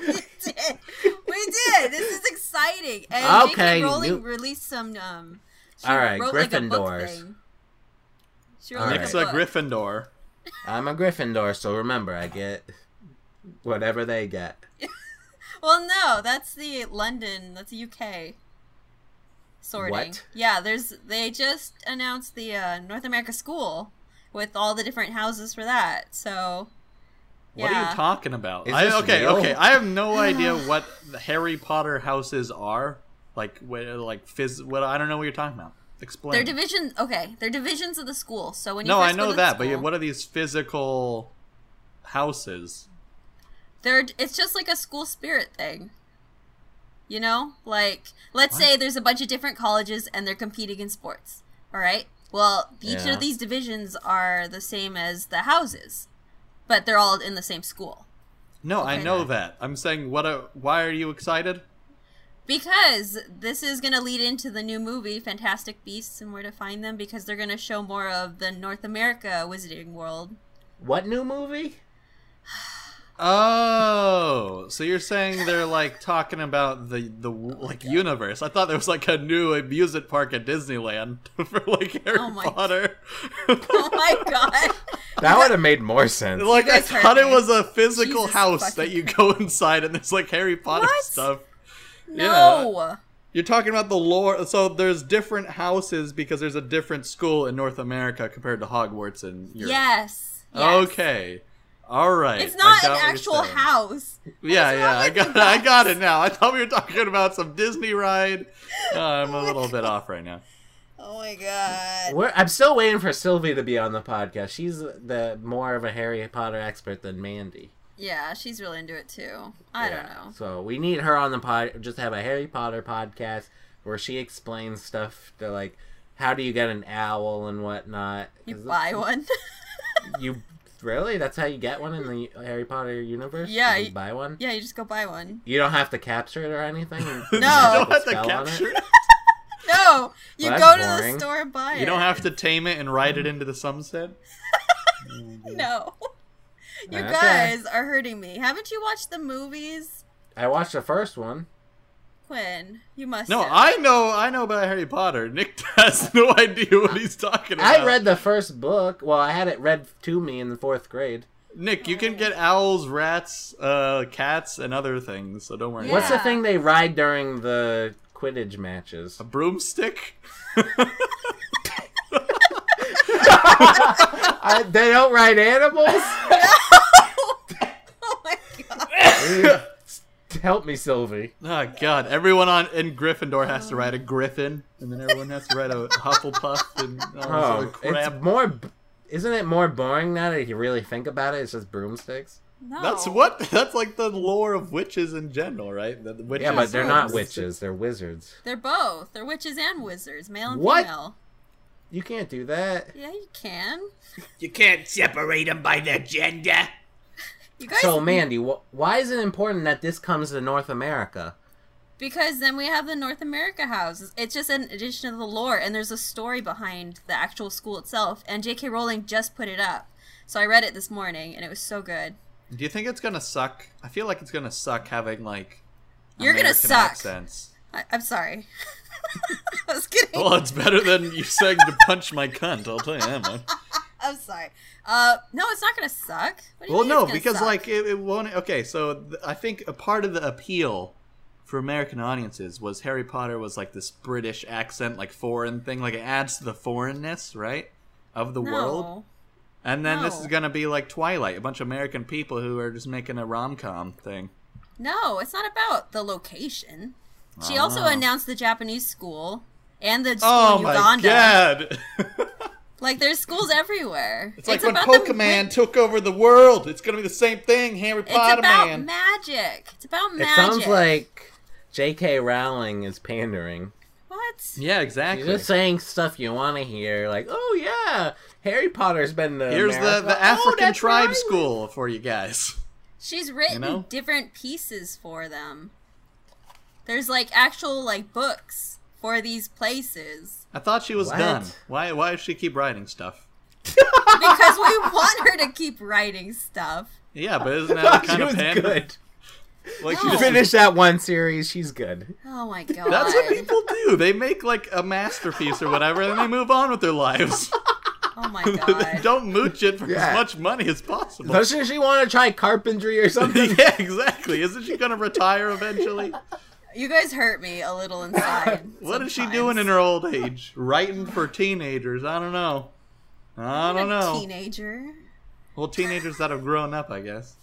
Speaker 2: we did. We did. This is exciting. And
Speaker 3: Okay,
Speaker 2: J.K. Rowling
Speaker 3: new-
Speaker 2: released some. Um, she
Speaker 3: All right,
Speaker 2: wrote like a book
Speaker 3: Gryffindors.
Speaker 2: thing. She
Speaker 3: All
Speaker 2: wrote like
Speaker 1: Nick's
Speaker 2: a
Speaker 1: a
Speaker 2: book.
Speaker 1: Gryffindor.
Speaker 3: I'm a Gryffindor, so remember, I get whatever they get.
Speaker 2: well, no, that's the London. That's the UK sorting.
Speaker 3: What?
Speaker 2: Yeah, there's. They just announced the uh, North America school with all the different houses for that. So.
Speaker 1: What are
Speaker 2: Yeah.
Speaker 1: you talking about?
Speaker 3: Is
Speaker 1: I,
Speaker 3: this
Speaker 1: okay,
Speaker 3: real?
Speaker 1: okay. I have no idea what the Harry Potter houses are. Like, what, like phys. What I don't know what you're talking about. Explain.
Speaker 2: They're division. Okay, they're divisions of the school. So when you
Speaker 1: no,
Speaker 2: first
Speaker 1: I know
Speaker 2: go to the
Speaker 1: that, but yeah,
Speaker 2: school-
Speaker 1: what are these physical houses?
Speaker 2: they're it's just like a school spirit thing you know like let's
Speaker 1: What?
Speaker 2: say there's a bunch of different colleges and they're competing in sports all right well each
Speaker 3: Yeah.
Speaker 2: of these divisions are the same as the houses but they're all in the same school
Speaker 1: No, I
Speaker 2: Okay.
Speaker 1: know that. I'm saying, what? Are, why are you excited?
Speaker 2: because this is going to lead into the new movie fantastic beasts and where to find them because they're going to show more of the north america wizarding world
Speaker 3: What new movie?
Speaker 1: Oh, so you're saying they're like talking about the the like universe? I thought there was like a new amusement park at Disneyland for like Harry
Speaker 2: Oh my-
Speaker 1: Potter.
Speaker 2: Oh my god.
Speaker 3: That would have made more sense.
Speaker 1: like I
Speaker 2: guys heard
Speaker 1: thought it
Speaker 2: me.
Speaker 1: was a physical
Speaker 2: Jesus
Speaker 1: house
Speaker 2: fucking
Speaker 1: that you go inside and there's like Harry Potter
Speaker 2: What?
Speaker 1: stuff.
Speaker 2: No.
Speaker 1: You're talking about the lore. So there's different houses because there's a different school in North America compared to Hogwarts in Europe.
Speaker 2: Yes. yes.
Speaker 1: Okay. All right.
Speaker 2: It's
Speaker 1: I
Speaker 2: not
Speaker 1: got
Speaker 2: an
Speaker 1: what you're
Speaker 2: actual
Speaker 1: saying.
Speaker 2: house.
Speaker 1: Yeah,
Speaker 2: is wrong
Speaker 1: yeah, I
Speaker 2: with you
Speaker 1: got, I
Speaker 2: guys?
Speaker 1: got it now. I thought we were talking about some Disney ride. Uh, I'm a little bit off right now.
Speaker 2: Oh my god.
Speaker 3: We're, I'm still waiting for Sylvie to be on the podcast. She's the more of a Harry Potter expert than Mandy.
Speaker 2: Yeah, she's really into it too. I don't know.
Speaker 3: So we need her on the pod. Just have a Harry Potter podcast where she explains stuff to like how do you get an owl and whatnot.
Speaker 2: You
Speaker 3: 'Cause
Speaker 2: buy one.
Speaker 3: You really? That's how you get one in the Harry Potter universe.
Speaker 2: Yeah,
Speaker 3: You
Speaker 2: y-
Speaker 3: buy one.
Speaker 2: yeah, you just go buy one.
Speaker 3: You don't have to capture it or anything. You just
Speaker 1: you
Speaker 2: No.
Speaker 1: don't
Speaker 3: have
Speaker 1: have to
Speaker 3: spell on it?
Speaker 1: capture. it.
Speaker 2: No, you
Speaker 3: Well,
Speaker 2: go
Speaker 3: that's
Speaker 2: to the
Speaker 3: boring.
Speaker 2: store and buy it.
Speaker 1: You don't have to tame it and ride it into the sunset.
Speaker 2: No. You
Speaker 3: Okay.
Speaker 2: guys are hurting me. Haven't you watched the movies,
Speaker 3: I watched the first one.
Speaker 2: Quinn? You must.
Speaker 1: No,
Speaker 2: have.
Speaker 1: I know, I know about Harry Potter. Nick has no idea what he's talking about.
Speaker 3: I read the first book. Well, I had it read to me in the fourth grade.
Speaker 1: Nick, you can get owls, rats, uh, cats, and other things. So don't worry.
Speaker 3: What's the
Speaker 2: Yeah.
Speaker 3: thing they ride during the Quidditch matches?
Speaker 1: A broomstick?
Speaker 3: I, they don't ride animals.
Speaker 2: Oh my god.
Speaker 3: Help me, Sylvie.
Speaker 1: Oh God! Everyone on in Gryffindor has
Speaker 3: Um.
Speaker 1: to ride a Griffin, and then everyone has to ride a Hufflepuff and all this other
Speaker 3: Oh,
Speaker 1: crap.
Speaker 3: it's more. b- Isn't it more boring now that you really think about it? It's just broomsticks.
Speaker 2: No.
Speaker 1: That's what. That's like the lore of witches in general, right? The, the witches
Speaker 3: Yeah, but they're not
Speaker 1: is-
Speaker 3: witches. They're wizards.
Speaker 2: They're both. They're witches and wizards, male and
Speaker 3: What?
Speaker 2: female.
Speaker 3: You can't do that.
Speaker 2: Yeah, you can.
Speaker 4: You can't separate them by their gender.
Speaker 2: You guys.
Speaker 3: So, Mandy, wh- why is it important that this comes to North America?
Speaker 2: Because then we have the North America houses. It's just an addition to the lore, and there's a story behind the actual school itself. And J.K. Rowling just put it up, so I read it this morning, and it was so good.
Speaker 1: Do you think it's gonna suck? I feel like it's gonna suck having like
Speaker 2: You're gonna
Speaker 1: American
Speaker 2: suck.
Speaker 1: accents.
Speaker 2: I- I'm sorry. I was kidding.
Speaker 1: Well, it's better than you saying to punch my cunt. I'll tell you that much.
Speaker 2: I'm sorry. Uh, no, it's not gonna suck. What do you
Speaker 1: Well,
Speaker 2: mean it's
Speaker 1: no,
Speaker 2: gonna
Speaker 1: because
Speaker 2: suck?
Speaker 1: like it, it won't. Okay, so th- I think a part of the appeal for American audiences was Harry Potter was like this British accent, like foreign thing. Like it adds to the foreignness, right, of the
Speaker 2: no.
Speaker 1: world. And then this
Speaker 2: No.
Speaker 1: is gonna be like Twilight, a bunch of American people who are just making a rom com thing.
Speaker 2: No, it's not about the location. She also
Speaker 1: Oh.
Speaker 2: announced the Japanese school and the school
Speaker 1: Oh
Speaker 2: in
Speaker 1: my
Speaker 2: Uganda.
Speaker 1: god!
Speaker 2: Like there's schools everywhere.
Speaker 1: It's like when
Speaker 2: about the
Speaker 1: Pokemon
Speaker 2: win-
Speaker 1: took over the world. It's gonna be the same thing, Harry
Speaker 2: It's
Speaker 1: Potter
Speaker 2: about
Speaker 1: man.
Speaker 2: magic. It's about magic.
Speaker 3: It sounds like J.K. Rowling is pandering.
Speaker 2: what?
Speaker 1: yeah,
Speaker 3: She's
Speaker 1: exactly.
Speaker 3: just saying stuff you want to hear, like, "Oh yeah, Harry Potter's been to
Speaker 1: Here's the,
Speaker 3: America.
Speaker 1: the
Speaker 3: Oh,
Speaker 1: African
Speaker 3: that's
Speaker 1: tribe
Speaker 3: right."
Speaker 1: school for you guys.
Speaker 2: She's written
Speaker 1: You know?
Speaker 2: different pieces for them. There's like actual like books for these places
Speaker 1: I thought she was
Speaker 3: What?
Speaker 1: done. Why why does she keep writing stuff?
Speaker 2: because we want her to keep writing stuff.
Speaker 1: Yeah, but isn't that
Speaker 3: She
Speaker 1: kind of
Speaker 3: was
Speaker 1: pander?
Speaker 3: good.
Speaker 1: Like
Speaker 2: No.
Speaker 1: you just-
Speaker 3: Finish that one series. She's good.
Speaker 2: Oh my god.
Speaker 1: That's what people do. They make like a masterpiece or whatever and they move on with their lives.
Speaker 2: Oh my
Speaker 1: they
Speaker 2: god.
Speaker 1: don't mooch it for
Speaker 3: Yeah.
Speaker 1: as much money as possible.
Speaker 3: Doesn't she want to try carpentry or something?
Speaker 1: yeah, exactly. Isn't she going to retire eventually?
Speaker 2: You guys hurt me a little inside.
Speaker 1: What is she
Speaker 2: sometimes.
Speaker 1: doing in her old age? Writing for teenagers? I don't know. I
Speaker 2: I'm
Speaker 1: don't
Speaker 2: a
Speaker 1: know.
Speaker 2: Teenager.
Speaker 1: Well, teenagers that have grown up, I guess.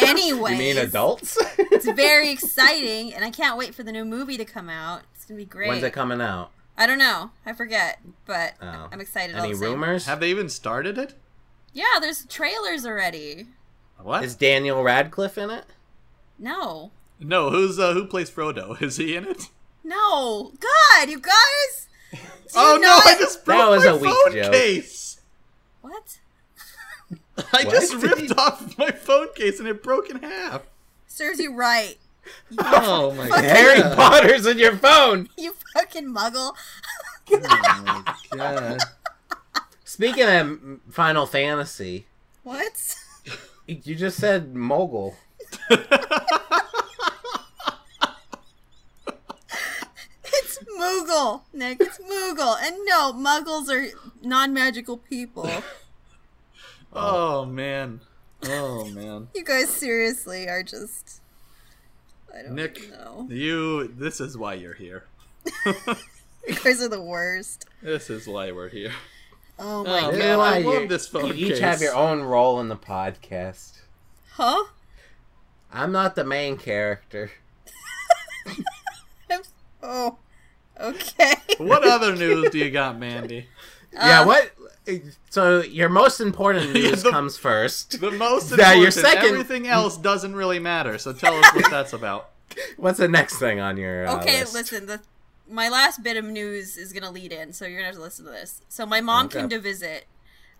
Speaker 2: Anyway,
Speaker 3: you mean adults?
Speaker 2: It's very exciting, and I can't wait for the new movie to come out. It's gonna be great.
Speaker 3: When's it coming out?
Speaker 2: I don't know. I forget, but
Speaker 3: Oh.
Speaker 2: I'm excited. all
Speaker 3: Any
Speaker 2: the same.
Speaker 3: rumors?
Speaker 1: Have they even started it?
Speaker 2: Yeah, there's trailers already.
Speaker 1: What?
Speaker 3: Is Daniel Radcliffe in it?
Speaker 2: No,
Speaker 1: No, who's uh, who plays Frodo? Is he in it?
Speaker 2: no, God, you guys. Do you
Speaker 1: Oh no!
Speaker 2: not-
Speaker 1: I just broke
Speaker 3: That was
Speaker 1: my
Speaker 3: a weak
Speaker 1: phone
Speaker 3: joke.
Speaker 1: case.
Speaker 2: what?
Speaker 1: I
Speaker 3: What?
Speaker 1: just ripped off my phone case and it broke in half.
Speaker 2: Serves you right. You,
Speaker 1: Oh my
Speaker 2: Fuck.
Speaker 3: Harry Potter's in your phone.
Speaker 2: you fucking muggle.
Speaker 1: god!
Speaker 3: Oh. Speaking of Final Fantasy,
Speaker 2: What?
Speaker 3: You just said mogul.
Speaker 2: It's Moogle, Nick. It's Moogle. And no, muggles are non magical people.
Speaker 1: oh man. Oh man.
Speaker 2: You guys seriously are just. I don't
Speaker 1: Nick,
Speaker 2: know.
Speaker 1: you this is why you're here.
Speaker 2: You guys are the worst.
Speaker 1: This is why we're here.
Speaker 2: Oh
Speaker 1: Oh
Speaker 2: my.
Speaker 3: This is
Speaker 1: man,
Speaker 3: why
Speaker 1: I
Speaker 3: you-
Speaker 1: love this phone
Speaker 3: You
Speaker 1: case.
Speaker 3: each have your own role in the podcast.
Speaker 2: Huh?
Speaker 3: I'm not the main character.
Speaker 2: I'm- Oh. Okay.
Speaker 1: What other news do you got, Mandy?
Speaker 3: yeah,
Speaker 2: Uh,
Speaker 3: what? So your most important
Speaker 1: Yeah,
Speaker 3: news
Speaker 1: the-
Speaker 3: comes first.
Speaker 1: The most important.
Speaker 3: Now, your second-
Speaker 1: Everything else doesn't really matter. So tell us what that's about.
Speaker 3: What's the next thing on your? Uh,
Speaker 2: Okay,
Speaker 3: list?
Speaker 2: listen. The my last bit of news is gonna lead in, so you're gonna have to listen to this. So my mom
Speaker 3: Okay.
Speaker 2: came to visit.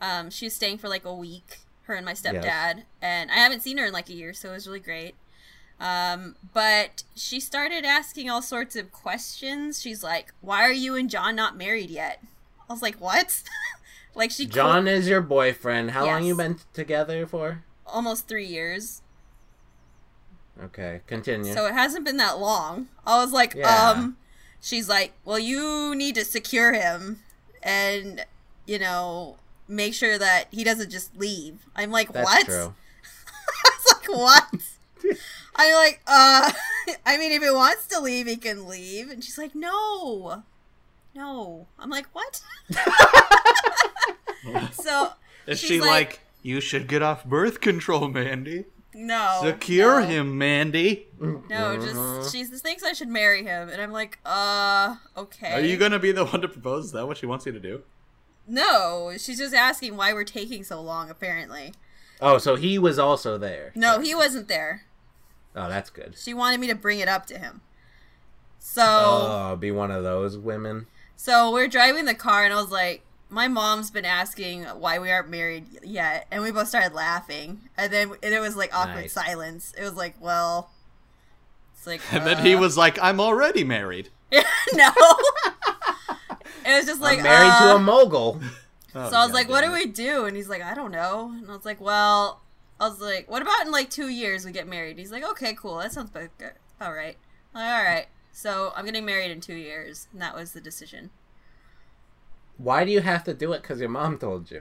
Speaker 2: Um, she was staying for like a week. Her and my stepdad,
Speaker 3: Yes.
Speaker 2: and I haven't seen her in like a year, so it was really great. Um, but she started asking all sorts of questions. She's like, "Why are you and John not married yet?" I was like, "What?" like she quote-
Speaker 3: John is your boyfriend. How long
Speaker 2: Yes.
Speaker 3: you been together for?
Speaker 2: almost three years.
Speaker 3: Okay, continue.
Speaker 2: So it hasn't been that long. I was like,
Speaker 3: Yeah.
Speaker 2: um, she's like, well, you need to secure him and, you know, make sure that he doesn't just leave. I'm like,
Speaker 3: That's
Speaker 2: what?
Speaker 3: true.
Speaker 2: I was like, what? I'm like, uh, I mean, if he wants to leave, he can leave. And she's like, no, no. I'm like, what? so,
Speaker 1: Is
Speaker 2: She's
Speaker 1: she
Speaker 2: like-
Speaker 1: like, you should get off birth control, Mandy?
Speaker 2: no.
Speaker 1: Secure
Speaker 2: no.
Speaker 1: him, Uh-huh. Mandy.
Speaker 2: No,
Speaker 3: Mhm.
Speaker 2: just, she thinks I should marry him. And I'm like, uh, okay.
Speaker 1: Are you gonna be the one to propose? Is that what she wants you to do?
Speaker 2: No, she's just asking why we're taking so long, apparently.
Speaker 3: Oh, so he was also there.
Speaker 2: No, he wasn't there.
Speaker 3: Oh, that's good.
Speaker 2: She wanted me to bring it up to him. So,
Speaker 3: Oh, be one of those women.
Speaker 2: so we're driving the car, and I was like, my mom's been asking why we aren't married yet, and we both started laughing. And then and it was like awkward
Speaker 3: Nice.
Speaker 2: silence. It was like, well, it's like,
Speaker 1: And then he
Speaker 2: uh,
Speaker 1: was like, I'm already married.
Speaker 2: no. it was just like
Speaker 3: I'm married to
Speaker 2: uh,
Speaker 3: a mogul.
Speaker 1: Oh,
Speaker 2: So I was
Speaker 1: God
Speaker 2: like, what
Speaker 1: damn
Speaker 2: do
Speaker 1: it.
Speaker 2: we do? And he's like, I don't know. And I was like, well, I was like, what about in like two years we get married? He's like, okay, cool. That sounds about good. All right. I'm like, all right. So I'm getting married in two years. And that was the decision.
Speaker 3: Why do you have to do it? Because your mom told you.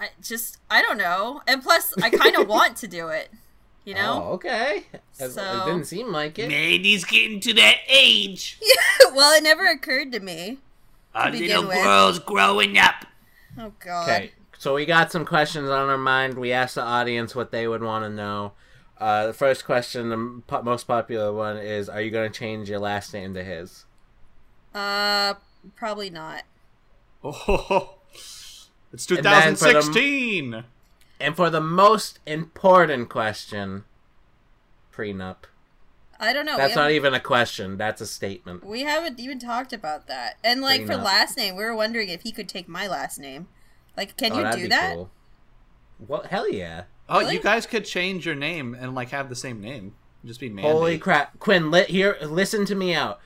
Speaker 2: I just, I don't know. And plus, I kind of want to do it, you
Speaker 3: Oh,
Speaker 2: know?
Speaker 3: okay. It- It
Speaker 2: So-
Speaker 3: didn't seem like it.
Speaker 4: Mandy's getting to that age.
Speaker 3: Oh.
Speaker 2: well, it never occurred to me.
Speaker 4: Our
Speaker 2: begin
Speaker 4: little
Speaker 2: with.
Speaker 4: girl's growing up.
Speaker 2: Oh, God.
Speaker 3: Okay, so we got some questions on our mind. We asked the audience what they would want to know. Uh, the first question, the m- po- most popular one, is Are you going to change your last name to his?
Speaker 2: Uh, probably not.
Speaker 1: Oh, ho, ho. it's
Speaker 3: And then for the-
Speaker 1: 2016.
Speaker 3: And for the most important question, prenup.
Speaker 2: I don't know.
Speaker 3: That's
Speaker 2: we,
Speaker 3: not
Speaker 2: haven't,
Speaker 3: even a question, that's a statement.
Speaker 2: we haven't even talked about that. And like for
Speaker 3: Prenup.
Speaker 2: last name, we were wondering if he could take my last name. Like, can
Speaker 3: Oh,
Speaker 2: you
Speaker 3: that'd
Speaker 2: do
Speaker 3: be
Speaker 2: that?
Speaker 3: cool. Well, hell yeah.
Speaker 1: Oh,
Speaker 2: Really?
Speaker 1: you guys could change your name and like have the same name. Just be Mandy.
Speaker 3: Holy crap. Quinn, li- here, listen to me out.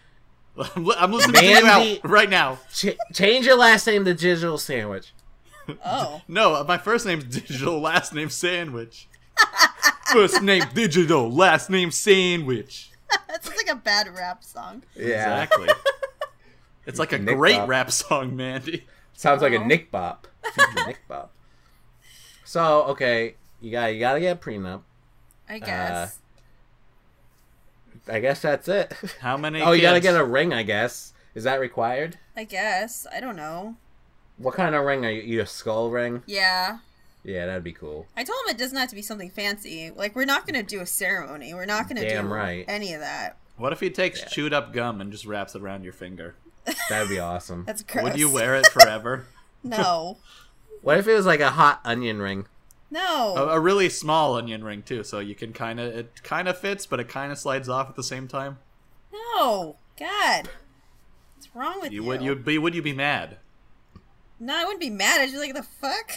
Speaker 1: I'm li- I'm listening to you
Speaker 3: Mandy-
Speaker 1: out right now.
Speaker 3: Ch- change your last name to Digital Sandwich.
Speaker 2: Oh.
Speaker 1: No, my first name's Digital, last name Sandwich. first name Digital, last name Sandwich.
Speaker 2: That sounds like a bad rap song.
Speaker 3: Yeah.
Speaker 1: Exactly. it's like a
Speaker 3: Nick
Speaker 1: great
Speaker 3: Bop.
Speaker 1: rap song, Mandy.
Speaker 3: Sounds like a
Speaker 2: Oh.
Speaker 3: Nick Bop. Future Nick Bop. So okay, you got you gotta get a prenup.
Speaker 2: I guess.
Speaker 3: I guess that's it.
Speaker 1: How many?
Speaker 3: oh, you gotta
Speaker 1: kids?
Speaker 3: get a ring. I guess is that required?
Speaker 2: I guess. I don't know.
Speaker 3: What kind of ring are you? You a skull ring?
Speaker 2: Yeah.
Speaker 3: Yeah, that'd be cool.
Speaker 2: I told him it doesn't have to be something fancy. Like we're not gonna do a ceremony. We're not gonna
Speaker 3: Damn
Speaker 2: do
Speaker 3: right.
Speaker 2: any of that.
Speaker 1: What if he takes
Speaker 3: Yeah.
Speaker 1: chewed up gum and just wraps it around your finger?
Speaker 3: That'd be awesome.
Speaker 2: That's gross.
Speaker 1: Would you wear it forever?
Speaker 2: No.
Speaker 3: What if it was like a hot onion ring?
Speaker 2: No.
Speaker 1: a, a really small onion ring too, so you can kind of it kind of fits, but it kind of slides off at the same time.
Speaker 2: no. God. What's wrong with you?
Speaker 1: You would you'd be would you be mad?
Speaker 2: No, I wouldn't be mad. I'd just be like the fuck?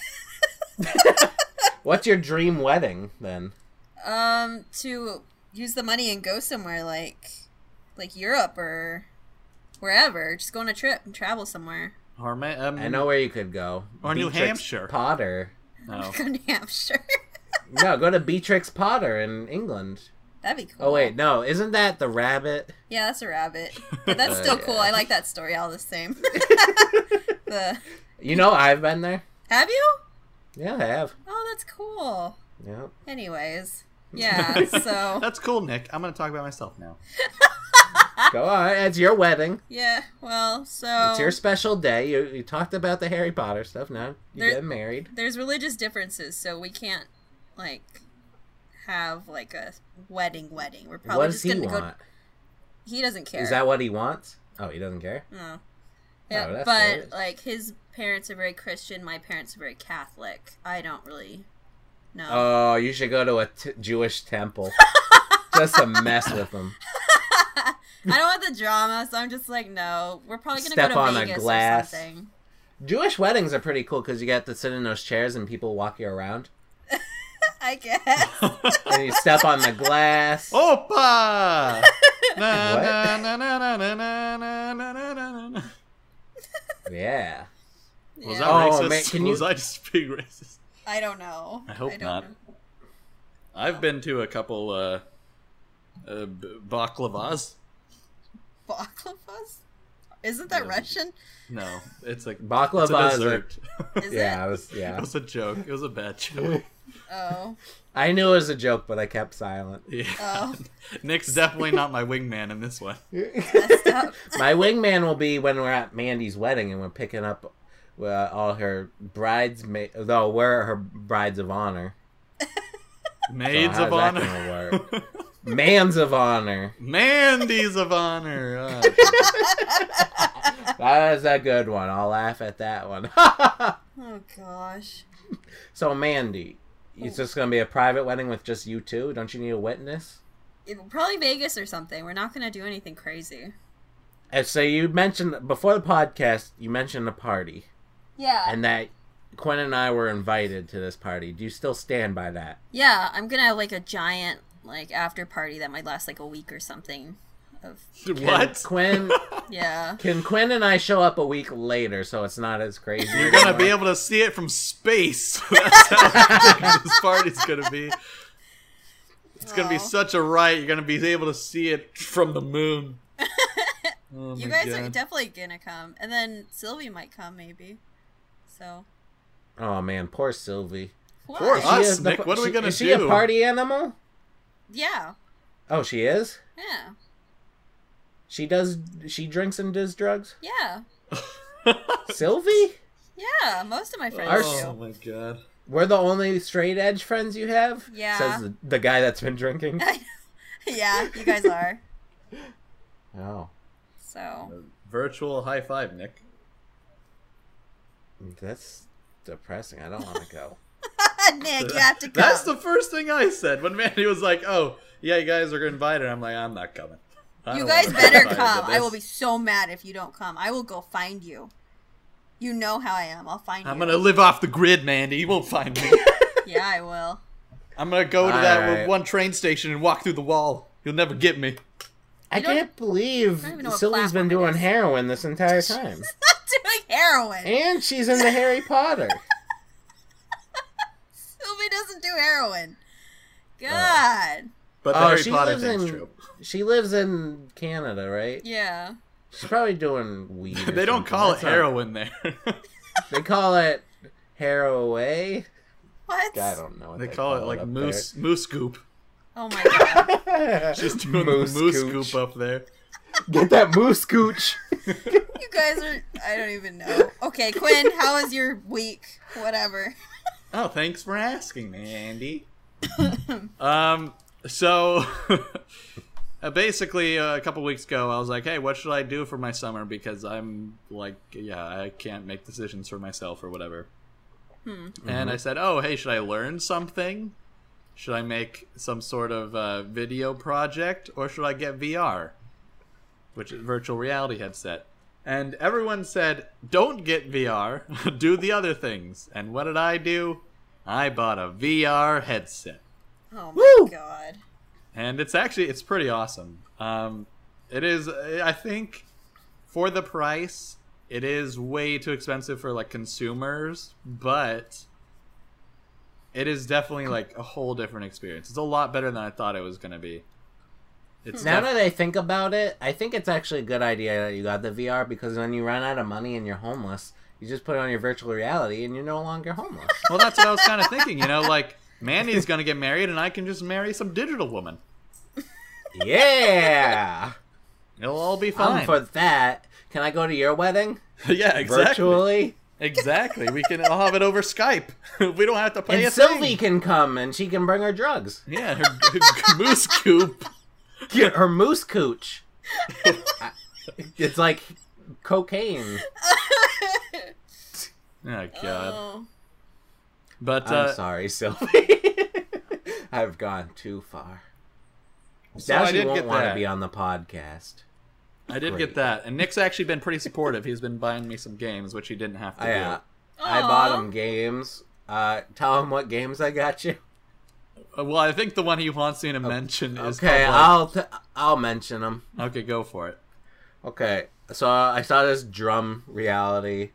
Speaker 3: What's your dream wedding then?
Speaker 2: um, to use the money and go somewhere like like Europe or wherever. Just go on a trip and travel somewhere.
Speaker 1: Or ma- um,
Speaker 3: I know where you could go.
Speaker 1: Or New
Speaker 3: Beatrix
Speaker 1: Hampshire.
Speaker 3: Potter.
Speaker 1: No.
Speaker 2: Go to New Hampshire.
Speaker 3: no, go to Beatrix Potter in England.
Speaker 2: That'd be cool.
Speaker 3: Oh wait, no, isn't that the rabbit?
Speaker 2: Yeah, that's a rabbit. But that's
Speaker 3: Oh,
Speaker 2: still
Speaker 3: yeah.
Speaker 2: cool. I like that story all the same. the,
Speaker 3: You know, I've been there.
Speaker 2: have you?
Speaker 3: Yeah, I have.
Speaker 2: Oh, that's cool.
Speaker 3: Yeah.
Speaker 2: Anyways, yeah. So
Speaker 1: That's cool, Nick. I'm gonna talk about myself now.
Speaker 2: Ah.
Speaker 3: Go on. It's your wedding.
Speaker 2: yeah. Well, so
Speaker 3: It's your special day. You, you talked about the Harry Potter stuff. Now you
Speaker 2: There-
Speaker 3: get married.
Speaker 2: there's religious differences, so we can't like have like a wedding wedding. We're probably
Speaker 3: What does
Speaker 2: just
Speaker 3: he
Speaker 2: gonna go.
Speaker 3: want?
Speaker 2: He doesn't care.
Speaker 3: Is that what he wants? Oh, he doesn't care.
Speaker 2: No. Yeah,
Speaker 3: that's
Speaker 2: but
Speaker 3: hilarious.
Speaker 2: like his parents are very Christian. My parents are very Catholic. I don't really know.
Speaker 3: Oh, you should go to a t- Jewish temple just to mess with them.
Speaker 2: I don't want the drama, so I'm just like, no. We're probably gonna
Speaker 3: Step
Speaker 2: go to
Speaker 3: on a
Speaker 2: Vegas
Speaker 3: glass.
Speaker 2: or something.
Speaker 3: Jewish weddings are pretty cool because you get to sit in those chairs and people walk you around,
Speaker 2: I guess.
Speaker 3: and you step on the glass.
Speaker 1: Oh. Opa! Na,
Speaker 3: What?
Speaker 1: na, na, na, na, na, na, na, na, na, na.
Speaker 3: Yeah.
Speaker 1: Was
Speaker 2: Yeah.
Speaker 1: that
Speaker 3: Oh,
Speaker 1: racist?
Speaker 3: man, can you-
Speaker 1: Was I just being racist?
Speaker 2: I don't know.
Speaker 1: I hope
Speaker 2: don't
Speaker 1: not.
Speaker 2: know.
Speaker 1: I've been to a couple uh, uh, b- baklavas.
Speaker 2: Baklavas? Isn't that
Speaker 1: Yeah.
Speaker 2: Russian?
Speaker 1: No, it's like it's a
Speaker 3: Baklava is a-
Speaker 1: dessert.
Speaker 2: Is
Speaker 3: yeah,
Speaker 2: it?
Speaker 3: I was,
Speaker 1: it
Speaker 3: yeah.
Speaker 1: was a joke. It was a bad joke.
Speaker 2: Oh.
Speaker 3: I knew it was a joke, but I kept silent.
Speaker 1: Yeah.
Speaker 2: Oh.
Speaker 1: Nick's definitely not my wingman in this one.
Speaker 2: Messed up.
Speaker 3: My wingman will be when we're at Mandy's wedding and we're picking up uh, all her bridesmaids. Though we're her brides of honor, So
Speaker 1: Maids of
Speaker 3: how's that
Speaker 1: honor.
Speaker 3: gonna work? mans of honor.
Speaker 1: Mandy's of honor. Uh,
Speaker 3: That was a good one. I'll laugh at that one.
Speaker 2: Oh gosh.
Speaker 3: so Mandy, it's just gonna be a private wedding with just you two. Don't you need a witness?
Speaker 2: It, probably Vegas or something. We're not gonna do anything crazy.
Speaker 3: And so you mentioned before the podcast, you mentioned a party,
Speaker 2: Yeah.
Speaker 3: and that Quinn and I were invited to this party. Do you still stand by that?
Speaker 2: yeah, I'm gonna have like a giant like after party that might last like a week or something. Of
Speaker 3: Can
Speaker 1: what?
Speaker 3: Quinn?
Speaker 2: yeah.
Speaker 3: Can Quinn and I show up a week later, so it's not as crazy?
Speaker 1: You're gonna be
Speaker 3: anymore?
Speaker 1: able to see it from space. That's how big this party's gonna be. It's gonna be
Speaker 2: Aw.
Speaker 1: such a riot. You're gonna be able to see it from the moon. Oh my
Speaker 2: You guys are
Speaker 1: God.
Speaker 2: definitely gonna come, and then Sylvie might come maybe. So.
Speaker 3: Oh man, poor Sylvie.
Speaker 2: What?
Speaker 1: Poor
Speaker 3: Is she
Speaker 1: us,
Speaker 3: a- the-
Speaker 1: Nick. What are we
Speaker 3: she-
Speaker 1: gonna
Speaker 3: is
Speaker 1: do?
Speaker 3: she a party animal?
Speaker 2: Yeah.
Speaker 3: Oh, she is.
Speaker 2: Yeah.
Speaker 3: She does. She drinks and does drugs.
Speaker 2: Yeah.
Speaker 3: Sylvie,
Speaker 2: Yeah. Most of my friends
Speaker 3: Our-
Speaker 1: Oh my god.
Speaker 3: we're the only straight edge friends you have.
Speaker 2: Yeah.
Speaker 3: Says the, the guy that's been drinking.
Speaker 2: do. yeah, you guys are.
Speaker 3: oh,
Speaker 2: So
Speaker 1: Virtual high five, Nick.
Speaker 3: that's depressing. I don't want to go.
Speaker 2: Nick, you have to come.
Speaker 1: That's the first thing I said when Mandy was like, "Oh, yeah, you guys are invited." I'm like, "I'm not coming." I
Speaker 2: You
Speaker 1: don't
Speaker 2: guys
Speaker 1: wanna be
Speaker 2: better
Speaker 1: invited to
Speaker 2: come. I
Speaker 1: this.
Speaker 2: will be so mad if you don't come. I will go find you. You know how I am. I'll find
Speaker 1: I'm
Speaker 2: you.
Speaker 1: gonna live off the grid, Mandy. You won't find me.
Speaker 2: Yeah, I will.
Speaker 1: I'm gonna go to
Speaker 3: All
Speaker 1: that
Speaker 3: right.
Speaker 1: one train station and walk through the wall. You'll never get me.
Speaker 3: I
Speaker 2: don't-
Speaker 3: can't believe
Speaker 2: I don't even know what
Speaker 3: Sylvie's
Speaker 2: platform
Speaker 3: been
Speaker 2: it
Speaker 3: doing
Speaker 2: is.
Speaker 3: heroin this entire time,
Speaker 2: Doing heroin.
Speaker 3: and she's in the Harry Potter.
Speaker 2: Sylvie doesn't do heroin.
Speaker 3: Uh,
Speaker 2: God.
Speaker 1: But the
Speaker 3: Oh,
Speaker 1: Harry
Speaker 3: she
Speaker 1: Potter
Speaker 3: lives
Speaker 1: thing's
Speaker 3: in-
Speaker 1: true.
Speaker 3: She lives in Canada, right?
Speaker 2: Yeah.
Speaker 3: She's probably doing weed. or
Speaker 1: They don't
Speaker 3: something.
Speaker 1: call it
Speaker 3: That's not-
Speaker 1: heroin there.
Speaker 3: They call it harroway.
Speaker 2: What?
Speaker 3: I don't know. What
Speaker 1: they call it like
Speaker 3: up
Speaker 1: moose moose goop.
Speaker 2: Oh my god.
Speaker 3: there.
Speaker 1: She's doing
Speaker 3: Moose
Speaker 1: moose, moose
Speaker 3: gooch.
Speaker 1: goop up there.
Speaker 3: Get that moose gooch.
Speaker 2: you guys are. I don't even know. Okay, Quinn, how was your week? Whatever.
Speaker 1: Oh, thanks for asking, Mandy. um, so uh, basically, uh, a couple weeks ago, I was like, "Hey, what should I do for my summer?" Because I'm like, yeah, I can't make decisions for myself or whatever.
Speaker 2: Hmm.
Speaker 1: And I said, "Oh, hey, should I learn something? Should I make some sort of uh, video project, or should I get VR, which is virtual reality headset?" And everyone said, "Don't get VR. do the other things." And what did I do? I bought a VR headset,
Speaker 2: Oh my
Speaker 3: Woo!
Speaker 2: god.
Speaker 1: and it's actually it's pretty awesome. Um, it is, uh, I think, for the price, it is way too expensive for like consumers, but it is definitely like a whole different experience. It's a lot better than I thought it was going to be. It's
Speaker 3: Now
Speaker 1: def-
Speaker 3: that I think about it, I think it's actually a good idea that you got the VR because when you run out of money and you're homeless, you just put on your virtual reality and you're no longer homeless.
Speaker 1: well, that's what I was kind of thinking. You know, like Mandy's going to get married, and I can just marry some digital woman.
Speaker 3: yeah,
Speaker 1: It'll all be
Speaker 3: I'm
Speaker 1: fine.
Speaker 3: for that. Can I go to your wedding
Speaker 1: yeah, exactly.
Speaker 3: virtually?
Speaker 1: Exactly. We can all have it over Skype. we don't have to pay a
Speaker 3: And Sylvie
Speaker 1: thing.
Speaker 3: can come and she can bring her drugs.
Speaker 1: Yeah, her, her moose coop.
Speaker 3: her moose cooch. I- it's like cocaine.
Speaker 1: Oh god.
Speaker 2: Oh.
Speaker 1: But
Speaker 3: I'm
Speaker 1: uh,
Speaker 3: sorry, Sylvie. I've gone too far.
Speaker 1: so
Speaker 3: now
Speaker 1: I
Speaker 3: she
Speaker 1: did
Speaker 3: won't
Speaker 1: get
Speaker 3: want to
Speaker 1: that.
Speaker 3: be on the podcast.
Speaker 1: I did
Speaker 3: Great.
Speaker 1: get that, and Nick's actually been pretty supportive. He's been buying me some games, which he didn't have to
Speaker 3: I, uh, I
Speaker 2: Aw.
Speaker 3: bought him games. Uh, tell him what games I got you.
Speaker 1: do. Uh, Well, I think the one he wants me to mention is
Speaker 3: Oh, Okay,
Speaker 1: called,
Speaker 3: I'll t- I'll mention them.
Speaker 1: like- okay. Go for it.
Speaker 3: Okay, so I saw this drum reality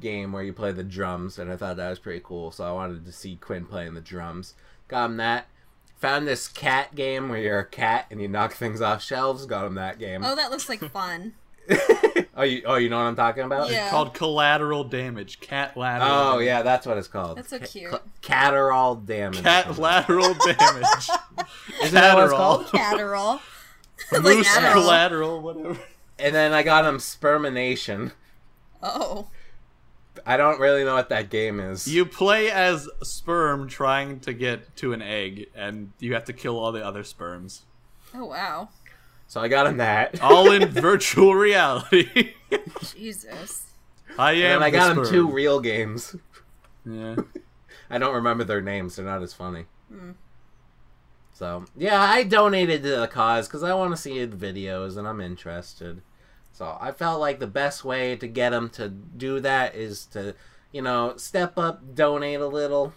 Speaker 3: game where you play the drums, and I thought that was pretty cool. So I wanted to see Quinn playing the drums. Got him that. Found this cat game where you're a cat and you knock things off shelves. Got him that game.
Speaker 2: oh, that looks like fun.
Speaker 3: oh, you oh you know what I'm talking about?
Speaker 2: Yeah.
Speaker 1: Called Collateral Damage. Cat lateral.
Speaker 3: Oh
Speaker 1: damage.
Speaker 3: yeah, that's what it's called.
Speaker 2: That's so
Speaker 3: Ca-
Speaker 2: cute.
Speaker 3: ca- Catterall damage.
Speaker 1: Cat lateral damage.
Speaker 3: Isn't that what it's called?
Speaker 2: Catterall.
Speaker 1: Moose
Speaker 2: Adderall.
Speaker 1: collateral. Whatever.
Speaker 3: And then I got him spermination.
Speaker 2: Oh.
Speaker 3: I don't really know what that game is.
Speaker 1: You play as sperm trying to get to an egg, and you have to kill all the other sperms.
Speaker 2: Oh, wow.
Speaker 3: So I got him that.
Speaker 1: All in virtual reality.
Speaker 2: Jesus.
Speaker 1: I am.
Speaker 3: and then I
Speaker 1: the
Speaker 3: got him
Speaker 1: sperm.
Speaker 3: two real games.
Speaker 1: Yeah.
Speaker 3: I don't remember their names. They're not as funny.
Speaker 2: Mm.
Speaker 3: So yeah, I donated to the cause because I want to see the videos and I'm interested. So I felt like the best way to get him to do that is to, you know, step up, donate a little.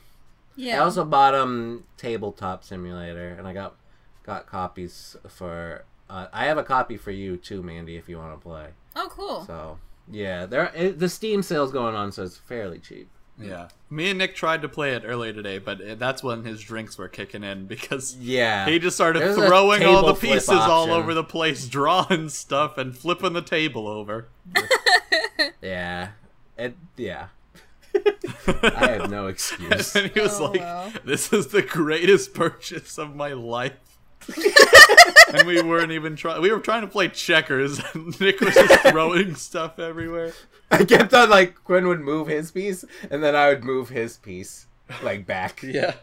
Speaker 3: I
Speaker 2: Yeah.
Speaker 3: also bought him Tabletop Simulator, and I got got copies for. Uh, I have a copy for you too, Mandy, if you want to play.
Speaker 2: oh, cool.
Speaker 3: So yeah, there it, the Steam sale's going on, so it's fairly cheap.
Speaker 1: Yeah. Me and Nick tried to play it earlier today, but it- that's when his drinks were kicking in because
Speaker 3: Yeah,
Speaker 1: he just started
Speaker 3: There's a
Speaker 1: throwing all the
Speaker 3: table flip
Speaker 1: pieces all
Speaker 3: option.
Speaker 1: over the place, drawing stuff and flipping the table over.
Speaker 3: yeah, it, yeah. I have no
Speaker 1: and
Speaker 3: excuse.
Speaker 1: then he was
Speaker 2: Oh,
Speaker 1: like,
Speaker 2: wow.
Speaker 1: "This is the greatest purchase of my life." and we weren't even trying. We were trying to play checkers, and Nick was just throwing stuff everywhere.
Speaker 3: I kept on like Quinn would move his piece, and then I would move his piece like back.
Speaker 1: Yeah.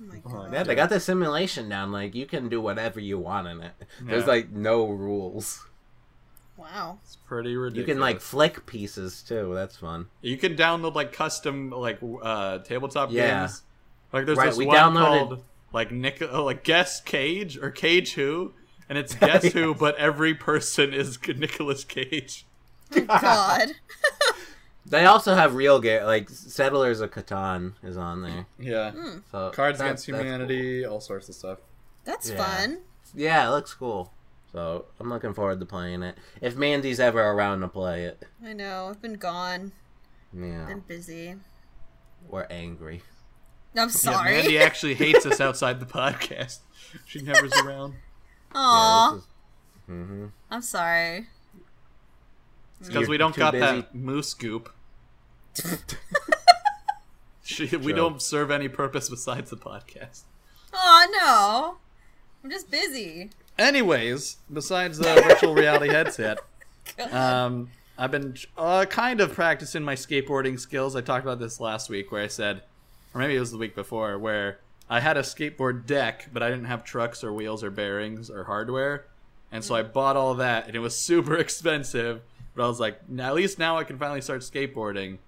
Speaker 2: Oh my
Speaker 1: Oh,
Speaker 2: God.
Speaker 3: Yeah, they got the simulation down. Like you can do whatever you want in it. There's
Speaker 1: Yeah.
Speaker 3: like no rules.
Speaker 2: Wow.
Speaker 1: It's pretty
Speaker 3: You
Speaker 1: ridiculous.
Speaker 3: can like flick pieces too. That's fun.
Speaker 1: You can download like custom like w- uh tabletop
Speaker 3: Yeah.
Speaker 1: games. Like there's
Speaker 3: Right,
Speaker 1: this
Speaker 3: we
Speaker 1: one
Speaker 3: downloaded-
Speaker 1: called like Nick oh, like Guess Cage or Cage Who, and it's Guess Who, but every person is Nicholas Cage.
Speaker 2: God.
Speaker 3: They also have real game like Settlers of Catan is on there.
Speaker 1: Yeah.
Speaker 2: Hmm.
Speaker 3: So
Speaker 1: Cards
Speaker 3: that-
Speaker 1: Against
Speaker 3: that's
Speaker 1: Humanity, all sorts of stuff.
Speaker 2: That's
Speaker 3: Yeah.
Speaker 2: fun.
Speaker 3: cool. Yeah, it looks cool. So I'm looking forward to playing it. If Mandy's ever around to play it,
Speaker 2: I know. I've been gone.
Speaker 3: yeah,
Speaker 2: Been busy.
Speaker 3: we're angry.
Speaker 2: I'm sorry.
Speaker 1: Yeah, Mandy actually hates us outside the podcast. She never's around.
Speaker 2: Aw.
Speaker 3: hmm
Speaker 2: I'm sorry.
Speaker 1: Because we don't got that moose goop. she, we
Speaker 3: True.
Speaker 1: don't serve any purpose besides the podcast.
Speaker 2: Oh no. I'm just busy.
Speaker 1: Anyways, besides the virtual reality headset, um, I've been uh, kind of practicing my skateboarding skills. I talked about this last week where I said, or maybe it was the week before, where I had a skateboard deck, but I didn't have trucks or wheels or bearings or hardware. And so I bought all that, and it was super expensive. But I was like, "Now- at least now I can finally start skateboarding.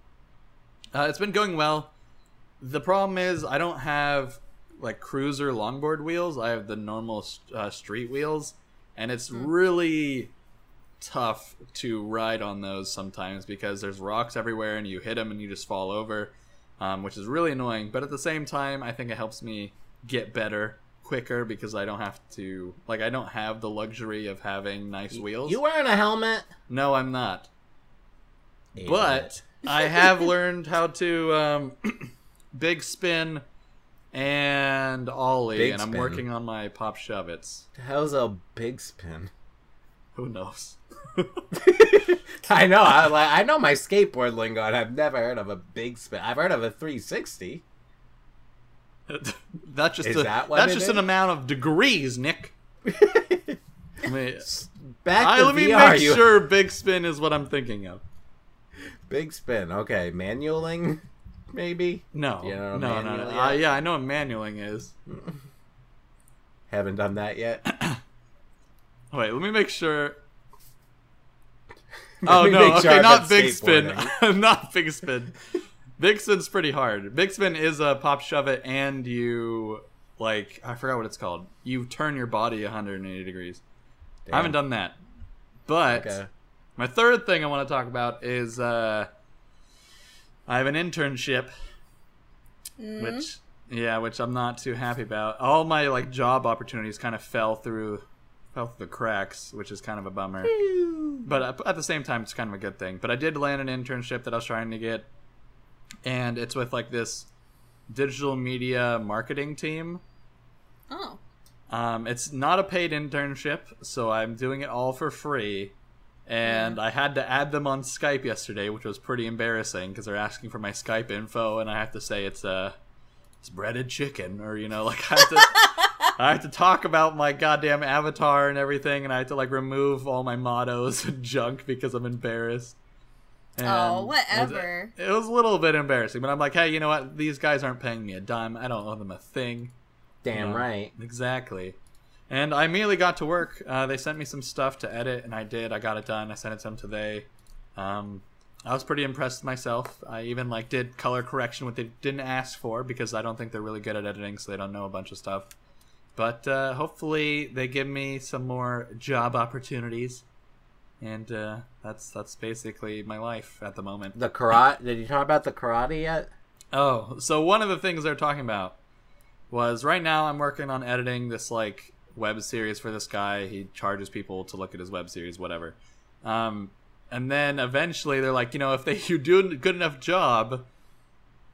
Speaker 1: Uh, it's been going well. The problem is I don't have like cruiser longboard wheels. I have the normal uh, street wheels, and it's really tough to ride on those sometimes because there's rocks everywhere and you hit them and you just fall over, um, which is really annoying. But at the same time, I think it helps me get better quicker because I don't have to like I don't have the luxury of having nice wheels.
Speaker 3: You wearing a helmet?
Speaker 1: no, I'm not but I have learned how to um, Big Spin, and Ollie,
Speaker 3: Big
Speaker 1: and I'm
Speaker 3: Spin.
Speaker 1: working on my Pop Shovets.
Speaker 3: How's a big spin?
Speaker 1: Who knows?
Speaker 3: I know. I like. I know my skateboard lingo, and I've never heard of a big spin. I've heard of a 360.
Speaker 1: that's just
Speaker 3: Is
Speaker 1: a,
Speaker 3: that what
Speaker 1: that's
Speaker 3: it
Speaker 1: just
Speaker 3: is?
Speaker 1: an amount of degrees, Nick. I mean,
Speaker 3: Back
Speaker 1: I,
Speaker 3: to
Speaker 1: let me
Speaker 3: VR,
Speaker 1: make
Speaker 3: you-
Speaker 1: sure Big Spin is what I'm thinking of.
Speaker 3: Big spin. Okay, manualing, maybe.
Speaker 1: No,
Speaker 3: You know
Speaker 1: no,
Speaker 3: what
Speaker 1: no, no.
Speaker 3: manual
Speaker 1: Uh,
Speaker 3: is?
Speaker 1: yeah, I know what manualing is.
Speaker 3: Haven't done that yet.
Speaker 1: Wait, let me make sure.
Speaker 3: Let
Speaker 1: Oh
Speaker 3: me
Speaker 1: no,
Speaker 3: make sure
Speaker 1: okay,
Speaker 3: I'm
Speaker 1: not Big Spin,
Speaker 3: skateboarding.
Speaker 1: not Big Spin. Big Spin's pretty hard. Big Spin is a pop shove it, and you like I forgot what it's called. You turn your body 180 degrees. I haven't done that, but
Speaker 3: Okay.
Speaker 1: my third thing I want to talk about is uh, I have an internship
Speaker 2: Mm.
Speaker 1: which yeah which i'm not too happy about all my like job opportunities kind of fell through fell through the cracks which is kind of a bummer but uh, at- at the same time it's kind of a good thing but i did land an internship that i was trying to get and it's with like this digital media marketing team
Speaker 2: Oh,
Speaker 1: um, it's not a paid internship so i'm doing it all for free and
Speaker 2: Mm.
Speaker 1: I had to add them on Skype yesterday, which was pretty embarrassing because they're asking for my Skype info, and I have to say it's uh, it's breaded chicken, or you know, like I have to, I have to talk about my goddamn avatar and everything, and I have to like remove all my mottos and junk because I'm embarrassed. And
Speaker 2: Oh,
Speaker 1: it was-
Speaker 2: whatever.
Speaker 1: It was, a little bit embarrassing, but I'm like, hey, you know what? These guys aren't paying me a dime. I don't owe them a thing.
Speaker 3: Damn
Speaker 1: No.
Speaker 3: right.
Speaker 1: Exactly. And I immediately got to work. Uh, they sent me some stuff to edit, and I did. I got it done. I sent it to them today. Um, I was pretty impressed with myself. I even like did color correction, what they didn't ask for, because I don't think they're really good at editing, so they don't know a bunch of stuff. But uh, hopefully, they give me some more job opportunities, and uh, that's that's basically my life at the moment.
Speaker 3: The karate. Did you talk about the karate yet?
Speaker 1: Oh, so one of the things they're talking about was right now I'm working on editing this like web series for this guy. He charges people to look at his web series, whatever. Um, and then eventually they're like, you know, if they you do a good enough job,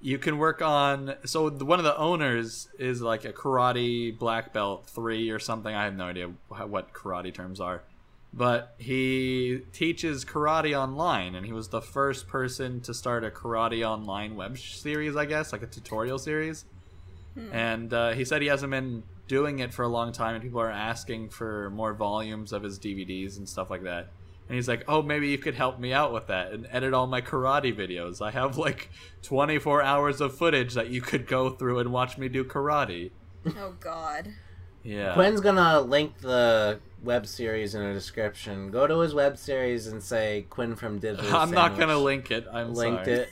Speaker 1: you can work on. So the- one of the owners is like a karate black belt three or something. I have no idea wh- what karate terms are, but he teaches karate online, and he was the first person to start a karate online web sh- series, I guess, like a tutorial series. And uh, he said he hasn't been doing it for a long time, and people are asking for more volumes of his DVDs and stuff like that. And he's like, "Oh, maybe you could help me out with that and edit all my karate videos. I have like 24 hours of footage that you could go through and watch me do karate."
Speaker 2: oh God.
Speaker 1: Yeah.
Speaker 3: Quinn's gonna link the web series in the description. Go to his web series and say Quinn from Digital.
Speaker 1: I'm not
Speaker 3: Sandwich
Speaker 1: gonna link it. I'm
Speaker 3: Linked
Speaker 1: sorry.
Speaker 3: it.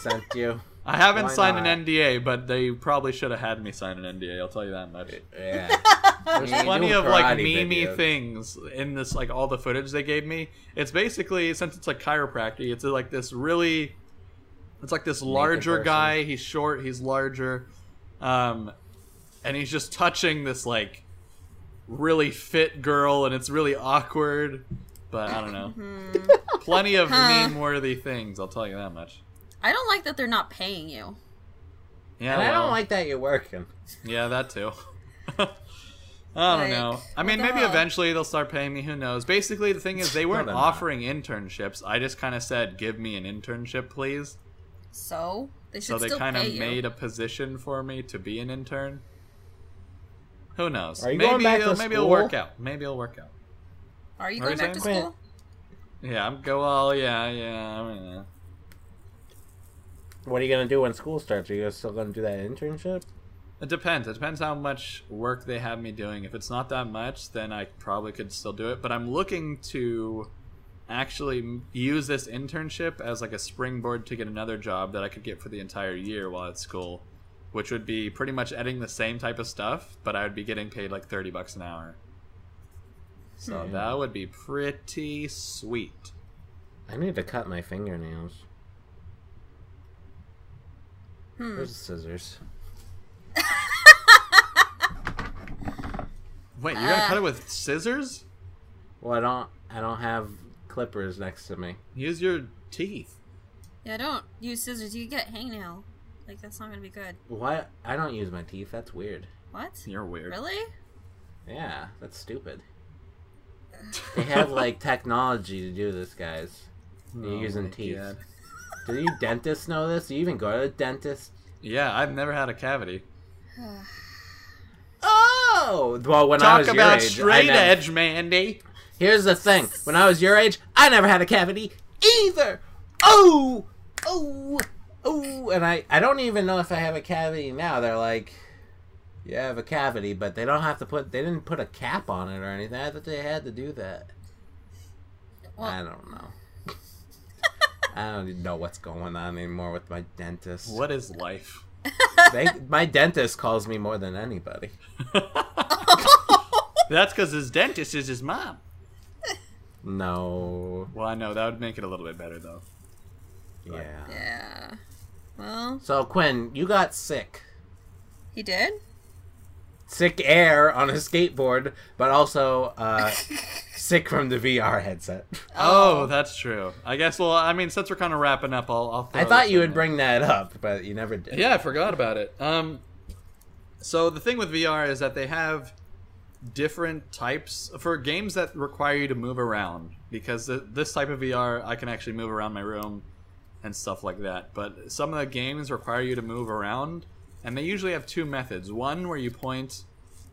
Speaker 3: Sent you.
Speaker 1: I haven't
Speaker 3: Why
Speaker 1: signed
Speaker 3: not?
Speaker 1: an NDA, but they probably should have had me sign an NDA. I'll tell you that much.
Speaker 3: Yeah.
Speaker 1: There's plenty of like memey things in this, like all the footage they gave me. It's basically since it's like chiropractic, it's like this really, it's like this larger
Speaker 3: person.
Speaker 1: guy. He's short, he's larger, um, and he's just touching this like really fit girl, and it's really awkward. But I don't know,
Speaker 2: Hmm.
Speaker 1: plenty of
Speaker 2: Huh.
Speaker 1: meme-worthy things. I'll tell you that much.
Speaker 2: I don't like that they're not paying you.
Speaker 1: Yeah,
Speaker 3: And I
Speaker 1: well.
Speaker 3: don't like that you're working.
Speaker 1: Yeah, that too. I don't
Speaker 2: Like,
Speaker 1: know. I
Speaker 2: what
Speaker 1: mean,
Speaker 2: the
Speaker 1: maybe
Speaker 2: hell?
Speaker 1: eventually they'll start paying me. Who knows? Basically, the thing is, they weren't
Speaker 3: they're not.
Speaker 1: offering internships. I just kind of said, "Give me an internship, please."
Speaker 2: So they should
Speaker 1: So they
Speaker 2: still
Speaker 1: kind
Speaker 2: pay
Speaker 1: of
Speaker 2: you.
Speaker 1: made a position for me to be an intern. Who knows?
Speaker 3: Are you
Speaker 1: maybe
Speaker 3: going back to
Speaker 1: it'll, maybe it'll
Speaker 3: school?
Speaker 1: work out. Maybe it'll work out.
Speaker 2: Are you
Speaker 1: What
Speaker 2: going
Speaker 1: are you
Speaker 2: back to
Speaker 1: saying?
Speaker 2: school?
Speaker 1: Yeah, I'm go. Well, yeah, yeah. I mean, uh,
Speaker 3: What are you gonna do when school starts? Are you still gonna do that internship?
Speaker 1: It depends. It depends how much work they have me doing. If it's not that much, then I probably could still do it. But I'm looking to actually m- use this internship as like a springboard to get another job that I could get for the entire year while at school, which would be pretty much editing the same type of stuff, but I would be getting paid like 30 bucks an hour. So
Speaker 3: Hmm.
Speaker 1: that would be pretty sweet.
Speaker 3: I need to cut my fingernails.
Speaker 2: Hmm.
Speaker 3: Where's the scissors?
Speaker 1: Wait, you're going to
Speaker 2: Ah.
Speaker 1: cut it with scissors?
Speaker 3: Well, I don't. I don't have clippers next to me.
Speaker 1: Use your teeth.
Speaker 2: Yeah, don't use scissors. You can get hangnail. Like that's not gonna be good.
Speaker 3: What? I don't use my teeth. That's weird.
Speaker 2: What?
Speaker 1: You're weird.
Speaker 2: Really?
Speaker 3: Yeah, that's stupid. They have like technology to do this, guys. You're
Speaker 1: Oh my
Speaker 3: using teeth.
Speaker 1: God.
Speaker 3: Do you dentists know this? Do you even go to the dentist?
Speaker 1: Yeah, I've never had a cavity.
Speaker 3: Oh, well, when I
Speaker 1: Talk
Speaker 3: was
Speaker 1: about
Speaker 3: your age, I
Speaker 1: straight
Speaker 3: never-
Speaker 1: edge, Mandy.
Speaker 3: Here's the thing: when I was your age, I never had a cavity either. Oh, oh, oh, and I I don't even know if I have a cavity now. They're like, you have a cavity, but they don't have to put they didn't put a cap on it or anything. I thought they had to do that. I
Speaker 2: Well,
Speaker 3: don't know. I don't even know what's going on anymore with my dentist.
Speaker 1: What is life?
Speaker 3: They, my dentist calls me more than anybody.
Speaker 1: That's because his dentist is his mom.
Speaker 3: No.
Speaker 1: Well, I know that would make it a little bit better though.
Speaker 3: Yeah.
Speaker 2: yeah. Well,
Speaker 3: So Quinn, you got sick.
Speaker 2: he did.
Speaker 3: Sick air on a skateboard, but also uh, sick from the VR headset.
Speaker 1: Oh, that's true. I guess. Well, I mean, since we're kind of wrapping up, I'll. I'll throw
Speaker 3: I thought
Speaker 1: this
Speaker 3: you
Speaker 1: in
Speaker 3: would
Speaker 1: there.
Speaker 3: bring that up, but you never did.
Speaker 1: Yeah, I forgot about it. Um, so the thing with VR is that they have different types for games that require you to move around because th- this type of VR I can actually move around my room and stuff like that. But some of the games require you to move around, and they usually have two methods. One where you point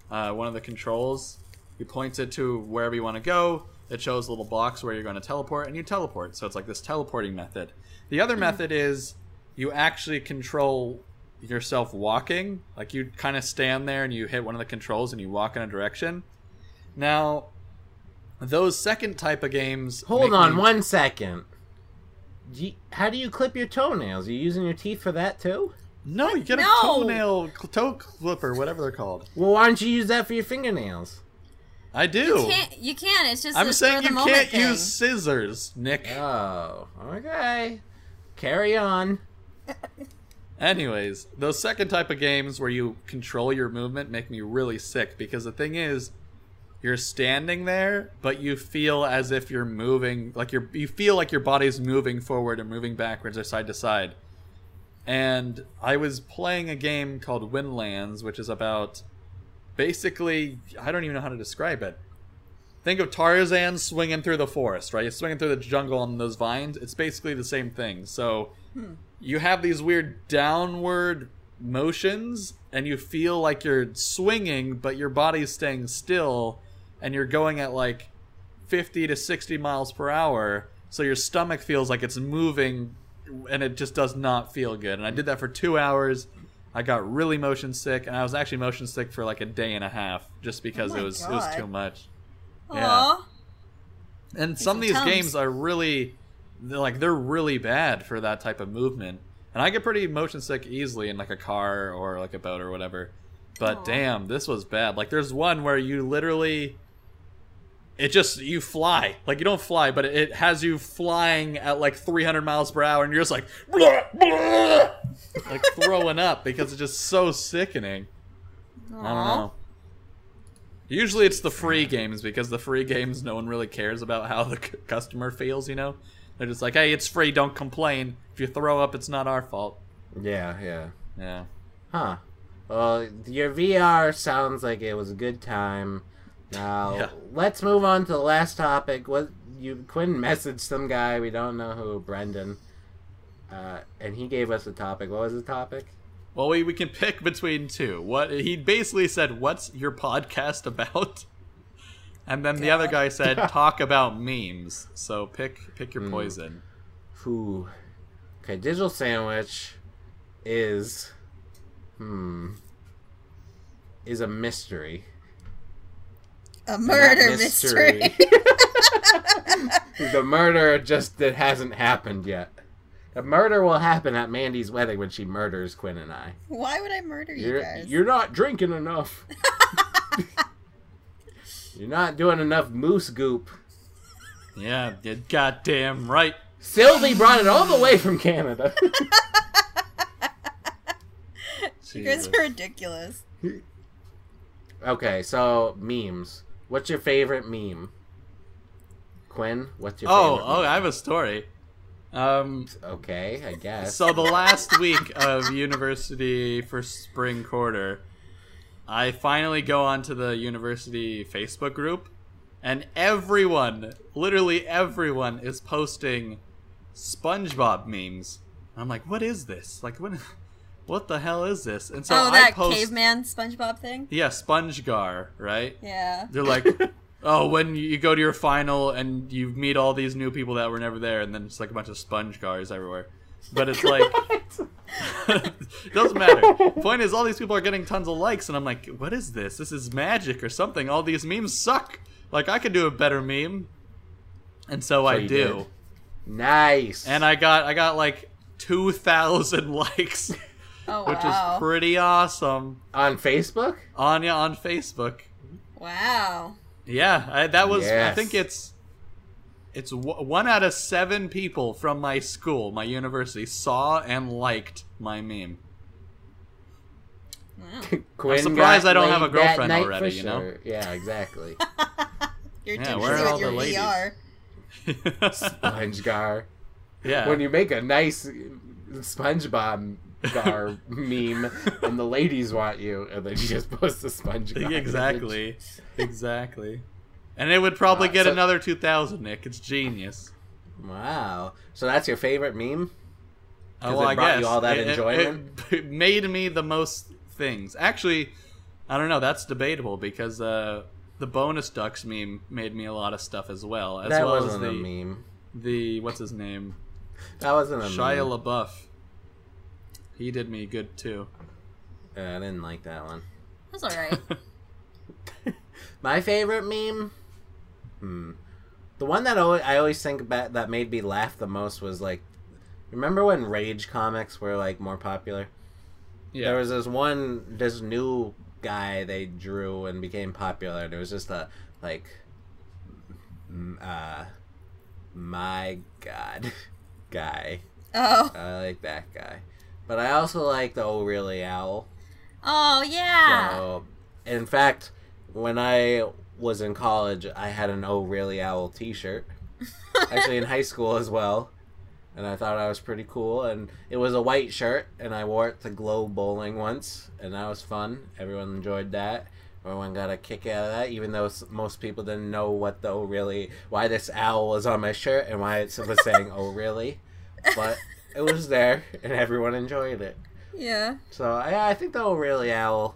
Speaker 1: uh, one of the controls, you point it to wherever you want to go. It shows a little box where you're going to teleport, and you teleport. So it's like this teleporting method. The
Speaker 2: Mm-hmm.
Speaker 1: other method is you actually control yourself walking. Like you kind of stand there and you hit one of the controls and you walk in a direction. Now, those second type of games.
Speaker 3: Hold
Speaker 1: make
Speaker 3: on
Speaker 1: me-
Speaker 3: one second. Do you- how do you clip your toenails? Are you using your teeth for that too?
Speaker 1: No, you get a
Speaker 2: No.
Speaker 1: toenail cl- toe clipper, whatever they're called.
Speaker 3: Well, why don't you use that for your fingernails?
Speaker 1: I
Speaker 2: You
Speaker 1: do.
Speaker 2: can't. You can't. It's just.
Speaker 1: I'm
Speaker 2: a
Speaker 1: saying
Speaker 2: spur of
Speaker 1: you
Speaker 2: the moment
Speaker 1: can't
Speaker 2: thing.
Speaker 1: use scissors, Nick.
Speaker 3: Oh, okay. Carry on.
Speaker 1: Anyways, those second type of games where you control your movement make me really sick because the thing is, you're standing there, but you feel as if you're moving, like you're you feel like your body's moving forward and moving backwards or side to side. And I was playing a game called Windlands, which is about basically I don't even know how to describe it. Think of Tarzan swinging through the forest, right? He's swinging through the jungle on those vines. It's basically the same thing. So
Speaker 2: Hmm.
Speaker 1: you have these weird downward motions and you feel like you're swinging but your body's staying still and you're going at like 50 to 60 miles per hour so your stomach feels like it's moving and it just does not feel good and i did that for two hours i got really motion sick and i was actually motion sick for like a day and a half just because
Speaker 2: Oh my
Speaker 1: it was it was
Speaker 2: God.
Speaker 1: too much
Speaker 2: Aw.
Speaker 1: and some of these
Speaker 2: some tums.
Speaker 1: games are really, they're like they're really bad for that type of movement. And I get pretty motion sick easily in like a car or like a boat or whatever. But
Speaker 2: Aw.
Speaker 1: damn, this was bad. Like there's one where you literally, it just you fly. Like you don't fly, but it, it has you flying at like 300 miles per hour, and you're just like, like throwing up because it's just so sickening. I don't
Speaker 2: Aw.
Speaker 1: know. Usually it's the free games because the free games no one really cares about how the c- customer feels, you know? They're just like, "Hey, it's free, don't complain. If you throw up, it's not our fault."
Speaker 3: Yeah, yeah.
Speaker 1: Yeah.
Speaker 3: Huh. Well, your VR sounds like it was a good time. Now
Speaker 1: Yeah.
Speaker 3: let's move on to the last topic. What you Quinn messaged some guy we don't know who, Brendan, uh, and he gave us a topic. What was the topic?
Speaker 1: Well, we, we can pick between two. What he basically said, "What's your podcast about?" And then the other guy said, "Talk about memes." So pick pick your poison.
Speaker 3: Who? Okay, digital sandwich is hmm is a mystery.
Speaker 2: A
Speaker 3: And that
Speaker 2: murder mystery.
Speaker 3: the murder just that hasn't happened yet. The murder will happen at Mandy's wedding when she murders Quinn and I.
Speaker 2: Why would I murder you
Speaker 3: You're
Speaker 2: guys?
Speaker 3: you're not drinking enough. you're not doing enough moose goop.
Speaker 1: Yeah, you goddamn right.
Speaker 3: Sylvie brought it all the way from Canada.
Speaker 2: you guys
Speaker 1: Jesus.
Speaker 2: are ridiculous.
Speaker 3: okay, so memes. What's your favorite meme? Quinn, what's your
Speaker 1: Oh,
Speaker 3: favorite?
Speaker 1: oh,
Speaker 3: meme?
Speaker 1: I have a story. Um,
Speaker 3: Okay, I guess.
Speaker 1: so the last week of university for spring quarter, I finally go onto the university Facebook group, and everyone, literally everyone, is posting SpongeBob memes. And I'm like, what is this? Like, what? What the hell is this? And so
Speaker 2: oh,
Speaker 1: I
Speaker 2: that
Speaker 1: post,
Speaker 2: caveman SpongeBob thing.
Speaker 1: yeah, SpongeGar, right?
Speaker 2: Yeah.
Speaker 1: They're like, oh, when you go to your final and you meet all these new people that were never there, and then it's like a bunch of sponge cars everywhere. But it's like, doesn't matter. Point is, all these people are getting tons of likes, and I'm like, what is this? This is magic or something. All these memes suck. Like, I could do a better meme. And so, I do.
Speaker 3: you did. nice.
Speaker 1: And I got, I got like 2,000 likes, which
Speaker 2: Oh
Speaker 1: is
Speaker 2: wow.
Speaker 1: pretty awesome.
Speaker 3: on Facebook.
Speaker 1: Anya on Facebook.
Speaker 2: wow.
Speaker 1: Yeah, I, that was. I
Speaker 3: Yes.
Speaker 1: think it's it's w- one out of seven people from my school, my university, saw and liked my meme.
Speaker 2: Wow.
Speaker 3: Quinn
Speaker 1: surprised
Speaker 3: got
Speaker 1: I don't have
Speaker 3: laid
Speaker 1: a girlfriend
Speaker 3: that night
Speaker 1: already,
Speaker 3: for
Speaker 1: you know?
Speaker 3: sure. Yeah, exactly.
Speaker 2: You're
Speaker 1: Yeah,
Speaker 2: too
Speaker 1: where
Speaker 2: busy
Speaker 1: are
Speaker 2: with
Speaker 1: all
Speaker 2: your
Speaker 1: the ladies?
Speaker 2: VR.
Speaker 3: Sponge gar.
Speaker 1: yeah,
Speaker 3: When you make a nice SpongeBob gar meme, and the ladies want you, and then you just post the SpongeBob.
Speaker 1: exactly, exactly. And it would probably
Speaker 3: Uh,
Speaker 1: get
Speaker 3: so-
Speaker 1: another two thousand, Nick. It's genius.
Speaker 3: Wow. So that's your favorite meme?
Speaker 1: Oh,
Speaker 3: 'Cause
Speaker 1: well,
Speaker 3: it
Speaker 1: I
Speaker 3: brought
Speaker 1: guess
Speaker 3: you all that
Speaker 1: It- it-
Speaker 3: enjoyment?
Speaker 1: It, it made me the most things. Actually, I don't know. That's debatable because uh, the bonus ducks meme made me a lot of stuff as well, as
Speaker 3: that
Speaker 1: well as
Speaker 3: wasn't
Speaker 1: the
Speaker 3: a meme.
Speaker 1: the what's his name
Speaker 3: That wasn't a
Speaker 1: Shia
Speaker 3: meme.
Speaker 1: LaBeouf. He did me good too.
Speaker 3: Yeah, I didn't like that one.
Speaker 2: That's all right.
Speaker 3: My favorite meme? Hmm. The one that always, I always think about that made me laugh the most was like, remember when rage comics were like more popular?
Speaker 1: Yeah,
Speaker 3: There was this one, this new guy they drew and became popular, and it was just a like, m- uh, my god, guy.
Speaker 2: oh.
Speaker 3: I like that guy, but I also like the Oh Really Owl.
Speaker 2: Oh yeah.
Speaker 3: So, in fact, when I was in college, I had an Oh Really Owl t shirt. Actually, in high school as well. And I thought I was pretty cool. And it was a white shirt, and I wore it to Glow Bowling once. And that was fun. Everyone enjoyed that. Everyone got a kick out of that, even though s- most people didn't know what the Oh Really, why this owl was on my shirt and why it was saying Oh Really. But it was there, and everyone enjoyed it.
Speaker 2: Yeah.
Speaker 3: So I, I think the Oh Really Owl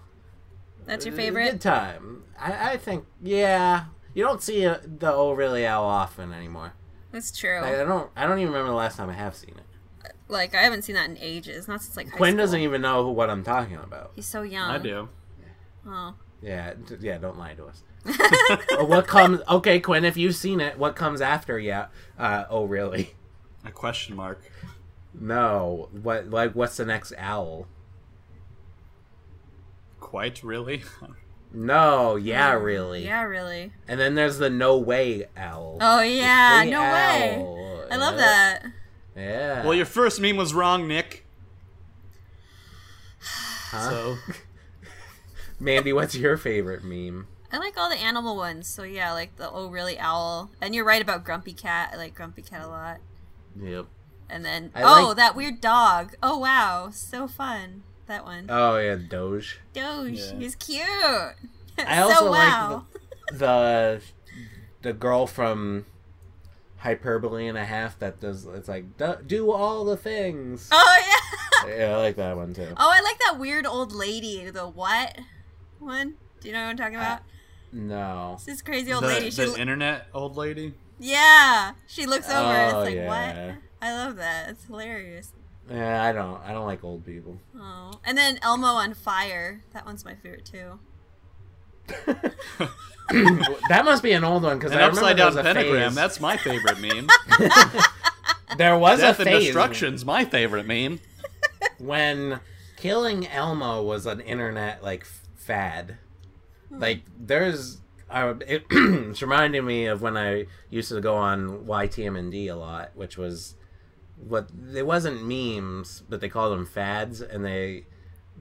Speaker 2: That's
Speaker 1: uh,
Speaker 2: your
Speaker 3: it was a Uh, Good
Speaker 2: favorite.
Speaker 3: time. I, I think, yeah. You don't see uh the old really owl often anymore.
Speaker 2: That's true.
Speaker 1: uh,
Speaker 3: Like, I don't. I don't even remember the last time I have seen it.
Speaker 2: Like I haven't seen that in ages. Not since like high
Speaker 3: Quinn
Speaker 2: school.
Speaker 3: doesn't even know who, what I'm talking about.
Speaker 2: He's so young.
Speaker 1: I do.
Speaker 2: Oh.
Speaker 3: Yeah, d- yeah. Don't lie to us. Uh, what comes? Okay, Quinn, if you've seen it, what comes after? Yeah. Uh, oh, really?
Speaker 1: A question mark.
Speaker 3: No. What? Like, what's the next owl?
Speaker 1: Quite really.
Speaker 3: No. Yeah, really.
Speaker 2: Mm, Yeah, really.
Speaker 3: And then there's the no way owl.
Speaker 2: Oh yeah.
Speaker 3: The
Speaker 2: No way.
Speaker 3: owl.
Speaker 2: I love
Speaker 3: Yeah.
Speaker 2: that.
Speaker 3: Yeah.
Speaker 1: well, your first meme was wrong, Nick.
Speaker 3: Huh?
Speaker 1: So
Speaker 3: Mandy, what's your favorite meme?
Speaker 2: I like all the animal ones. So yeah, like the oh really owl. And you're right about Grumpy Cat. I like Grumpy Cat a lot.
Speaker 3: Yep.
Speaker 2: And then
Speaker 3: I
Speaker 2: oh
Speaker 3: like-
Speaker 2: that weird dog. Oh wow, so fun. That one.
Speaker 3: Oh yeah, Doge.
Speaker 2: Doge.
Speaker 1: Yeah.
Speaker 2: He's cute.
Speaker 3: I
Speaker 2: so
Speaker 3: also
Speaker 2: wow.
Speaker 3: like the, the the girl from Hyperbole and a Half that does. It's like do, do all the things.
Speaker 2: Oh yeah.
Speaker 3: Yeah, I like that one too.
Speaker 2: Oh, I like that weird old lady. The what one? Do you know what I'm talking about?
Speaker 3: No.
Speaker 2: It's this crazy
Speaker 1: the,
Speaker 2: old lady. She
Speaker 1: the
Speaker 2: lo-
Speaker 1: internet old lady.
Speaker 2: yeah, she looks over. and
Speaker 3: Oh,
Speaker 2: it's like
Speaker 3: yeah.
Speaker 2: what? I love that. It's hilarious.
Speaker 3: Yeah, I don't. I don't like old people.
Speaker 2: Oh, and then Elmo on fire. That one's my favorite too.
Speaker 3: that must be an old one because
Speaker 1: An
Speaker 3: I remember
Speaker 1: upside
Speaker 3: there
Speaker 1: down
Speaker 3: was a
Speaker 1: pentagram.
Speaker 3: phase-
Speaker 1: That's my favorite meme.
Speaker 3: there was
Speaker 1: Death
Speaker 3: a
Speaker 1: and
Speaker 3: phase
Speaker 1: destruction's my favorite meme.
Speaker 3: when killing Elmo was an internet like f- fad. Like there's, uh, it, it's reminding me of when I used to go on YTMND a lot, which was what it wasn't memes, but they called them fads, and they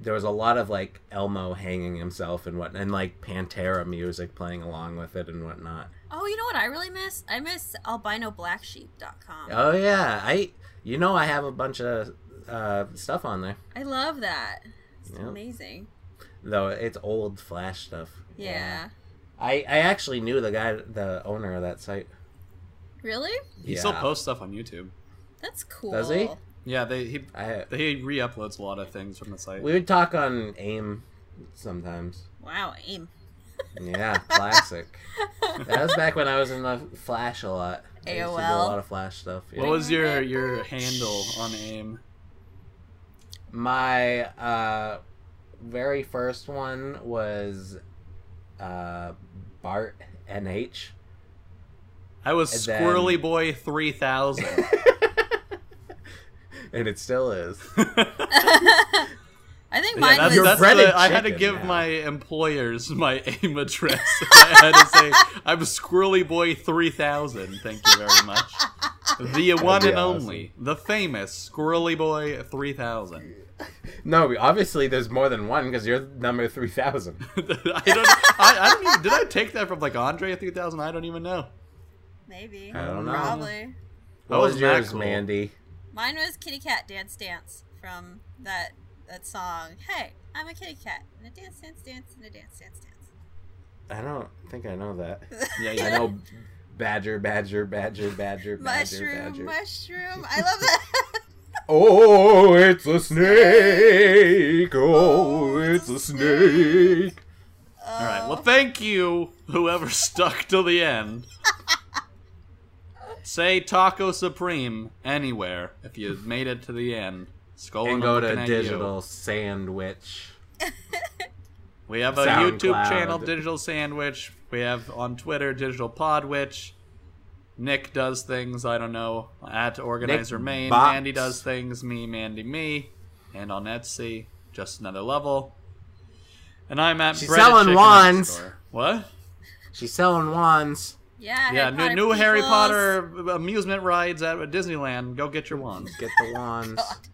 Speaker 3: there was a lot of like Elmo hanging himself and what, and like Pantera music playing along with it and whatnot.
Speaker 2: Oh, you know what I really miss? I miss albinoblacksheep.com.
Speaker 3: Oh yeah, I you know I have a bunch of uh, stuff on there.
Speaker 2: I love that. It's
Speaker 3: Yeah.
Speaker 2: amazing.
Speaker 3: Though it's old Flash stuff.
Speaker 2: Yeah.
Speaker 3: I, I actually knew the guy, the owner of that site.
Speaker 2: Really?
Speaker 1: He
Speaker 3: yeah.
Speaker 1: still posts stuff on YouTube.
Speaker 2: That's cool.
Speaker 3: Does he?
Speaker 1: Yeah, they he
Speaker 3: I,
Speaker 1: he re-uploads a lot of things from the site.
Speaker 3: we would talk on AIM sometimes.
Speaker 2: Wow, aim.
Speaker 3: Yeah, classic. that was back when I was in the Flash a lot. I used to do a
Speaker 2: AOL.
Speaker 3: lot of Flash stuff. yeah.
Speaker 1: What was your your handle on AIM?
Speaker 3: My uh, very first one was uh, Bart NH.
Speaker 1: I was
Speaker 3: And then-
Speaker 1: Squirrely Boy three thousand.
Speaker 3: and it still is.
Speaker 2: I think mine
Speaker 1: that's,
Speaker 2: was.
Speaker 3: Your
Speaker 1: that's
Speaker 3: breaded
Speaker 1: the, I had to
Speaker 3: chicken
Speaker 1: give
Speaker 3: now.
Speaker 1: my employers my AIM address. I had to say I'm Squirrely Boy three thousand. Thank you very much. The one
Speaker 3: be
Speaker 1: and
Speaker 3: awesome.
Speaker 1: only, the famous Squirrely Boy three thousand.
Speaker 3: No, we- obviously there's more than one because you're number 3000.
Speaker 1: I don't. I, I don't even. Did I take that from like Andre three thousand? I don't even know.
Speaker 2: Maybe.
Speaker 3: I don't know.
Speaker 2: Probably.
Speaker 1: That
Speaker 3: What was
Speaker 1: wasn't that
Speaker 3: yours,
Speaker 1: cool.
Speaker 3: Mandy?
Speaker 2: Mine was Kitty Cat Dance Dance from that that song. Hey, I'm a kitty cat. And a dance, dance, dance, and a dance, dance, dance.
Speaker 3: I don't think I know that.
Speaker 1: Yeah,
Speaker 3: I
Speaker 1: yeah.
Speaker 3: know Badger, Badger, Badger, Badger, Badger,
Speaker 2: mushroom,
Speaker 3: Badger.
Speaker 2: mushroom. I love that.
Speaker 3: Oh, it's a snake! Oh, it's a snake!
Speaker 1: All right.
Speaker 2: Oh,
Speaker 1: Well, thank you, whoever stuck till the end. Say Taco Supreme anywhere if you made it to the end. Skull
Speaker 3: And go to
Speaker 1: looking at
Speaker 3: Digital
Speaker 1: You.
Speaker 3: Sandwich.
Speaker 1: We have a
Speaker 3: SoundCloud.
Speaker 1: YouTube channel, Digital Sandwich. We have on Twitter, Digital Podwitch. Nick does things, I don't know, at Organizer
Speaker 3: Nick
Speaker 1: Main.
Speaker 3: Bops.
Speaker 1: Mandy does things, me, Mandy, me. And on Etsy, just another level. And I'm at
Speaker 3: She's
Speaker 1: Bread and
Speaker 3: selling
Speaker 1: Chicken
Speaker 3: wands.
Speaker 1: Store. What?
Speaker 3: She's selling wands.
Speaker 2: yeah.
Speaker 1: yeah,
Speaker 2: Harry
Speaker 1: new,
Speaker 2: Potter
Speaker 1: new Harry
Speaker 2: peoples.
Speaker 1: Potter amusement rides at Disneyland. Go get your wands.
Speaker 3: Get the wands.
Speaker 2: God.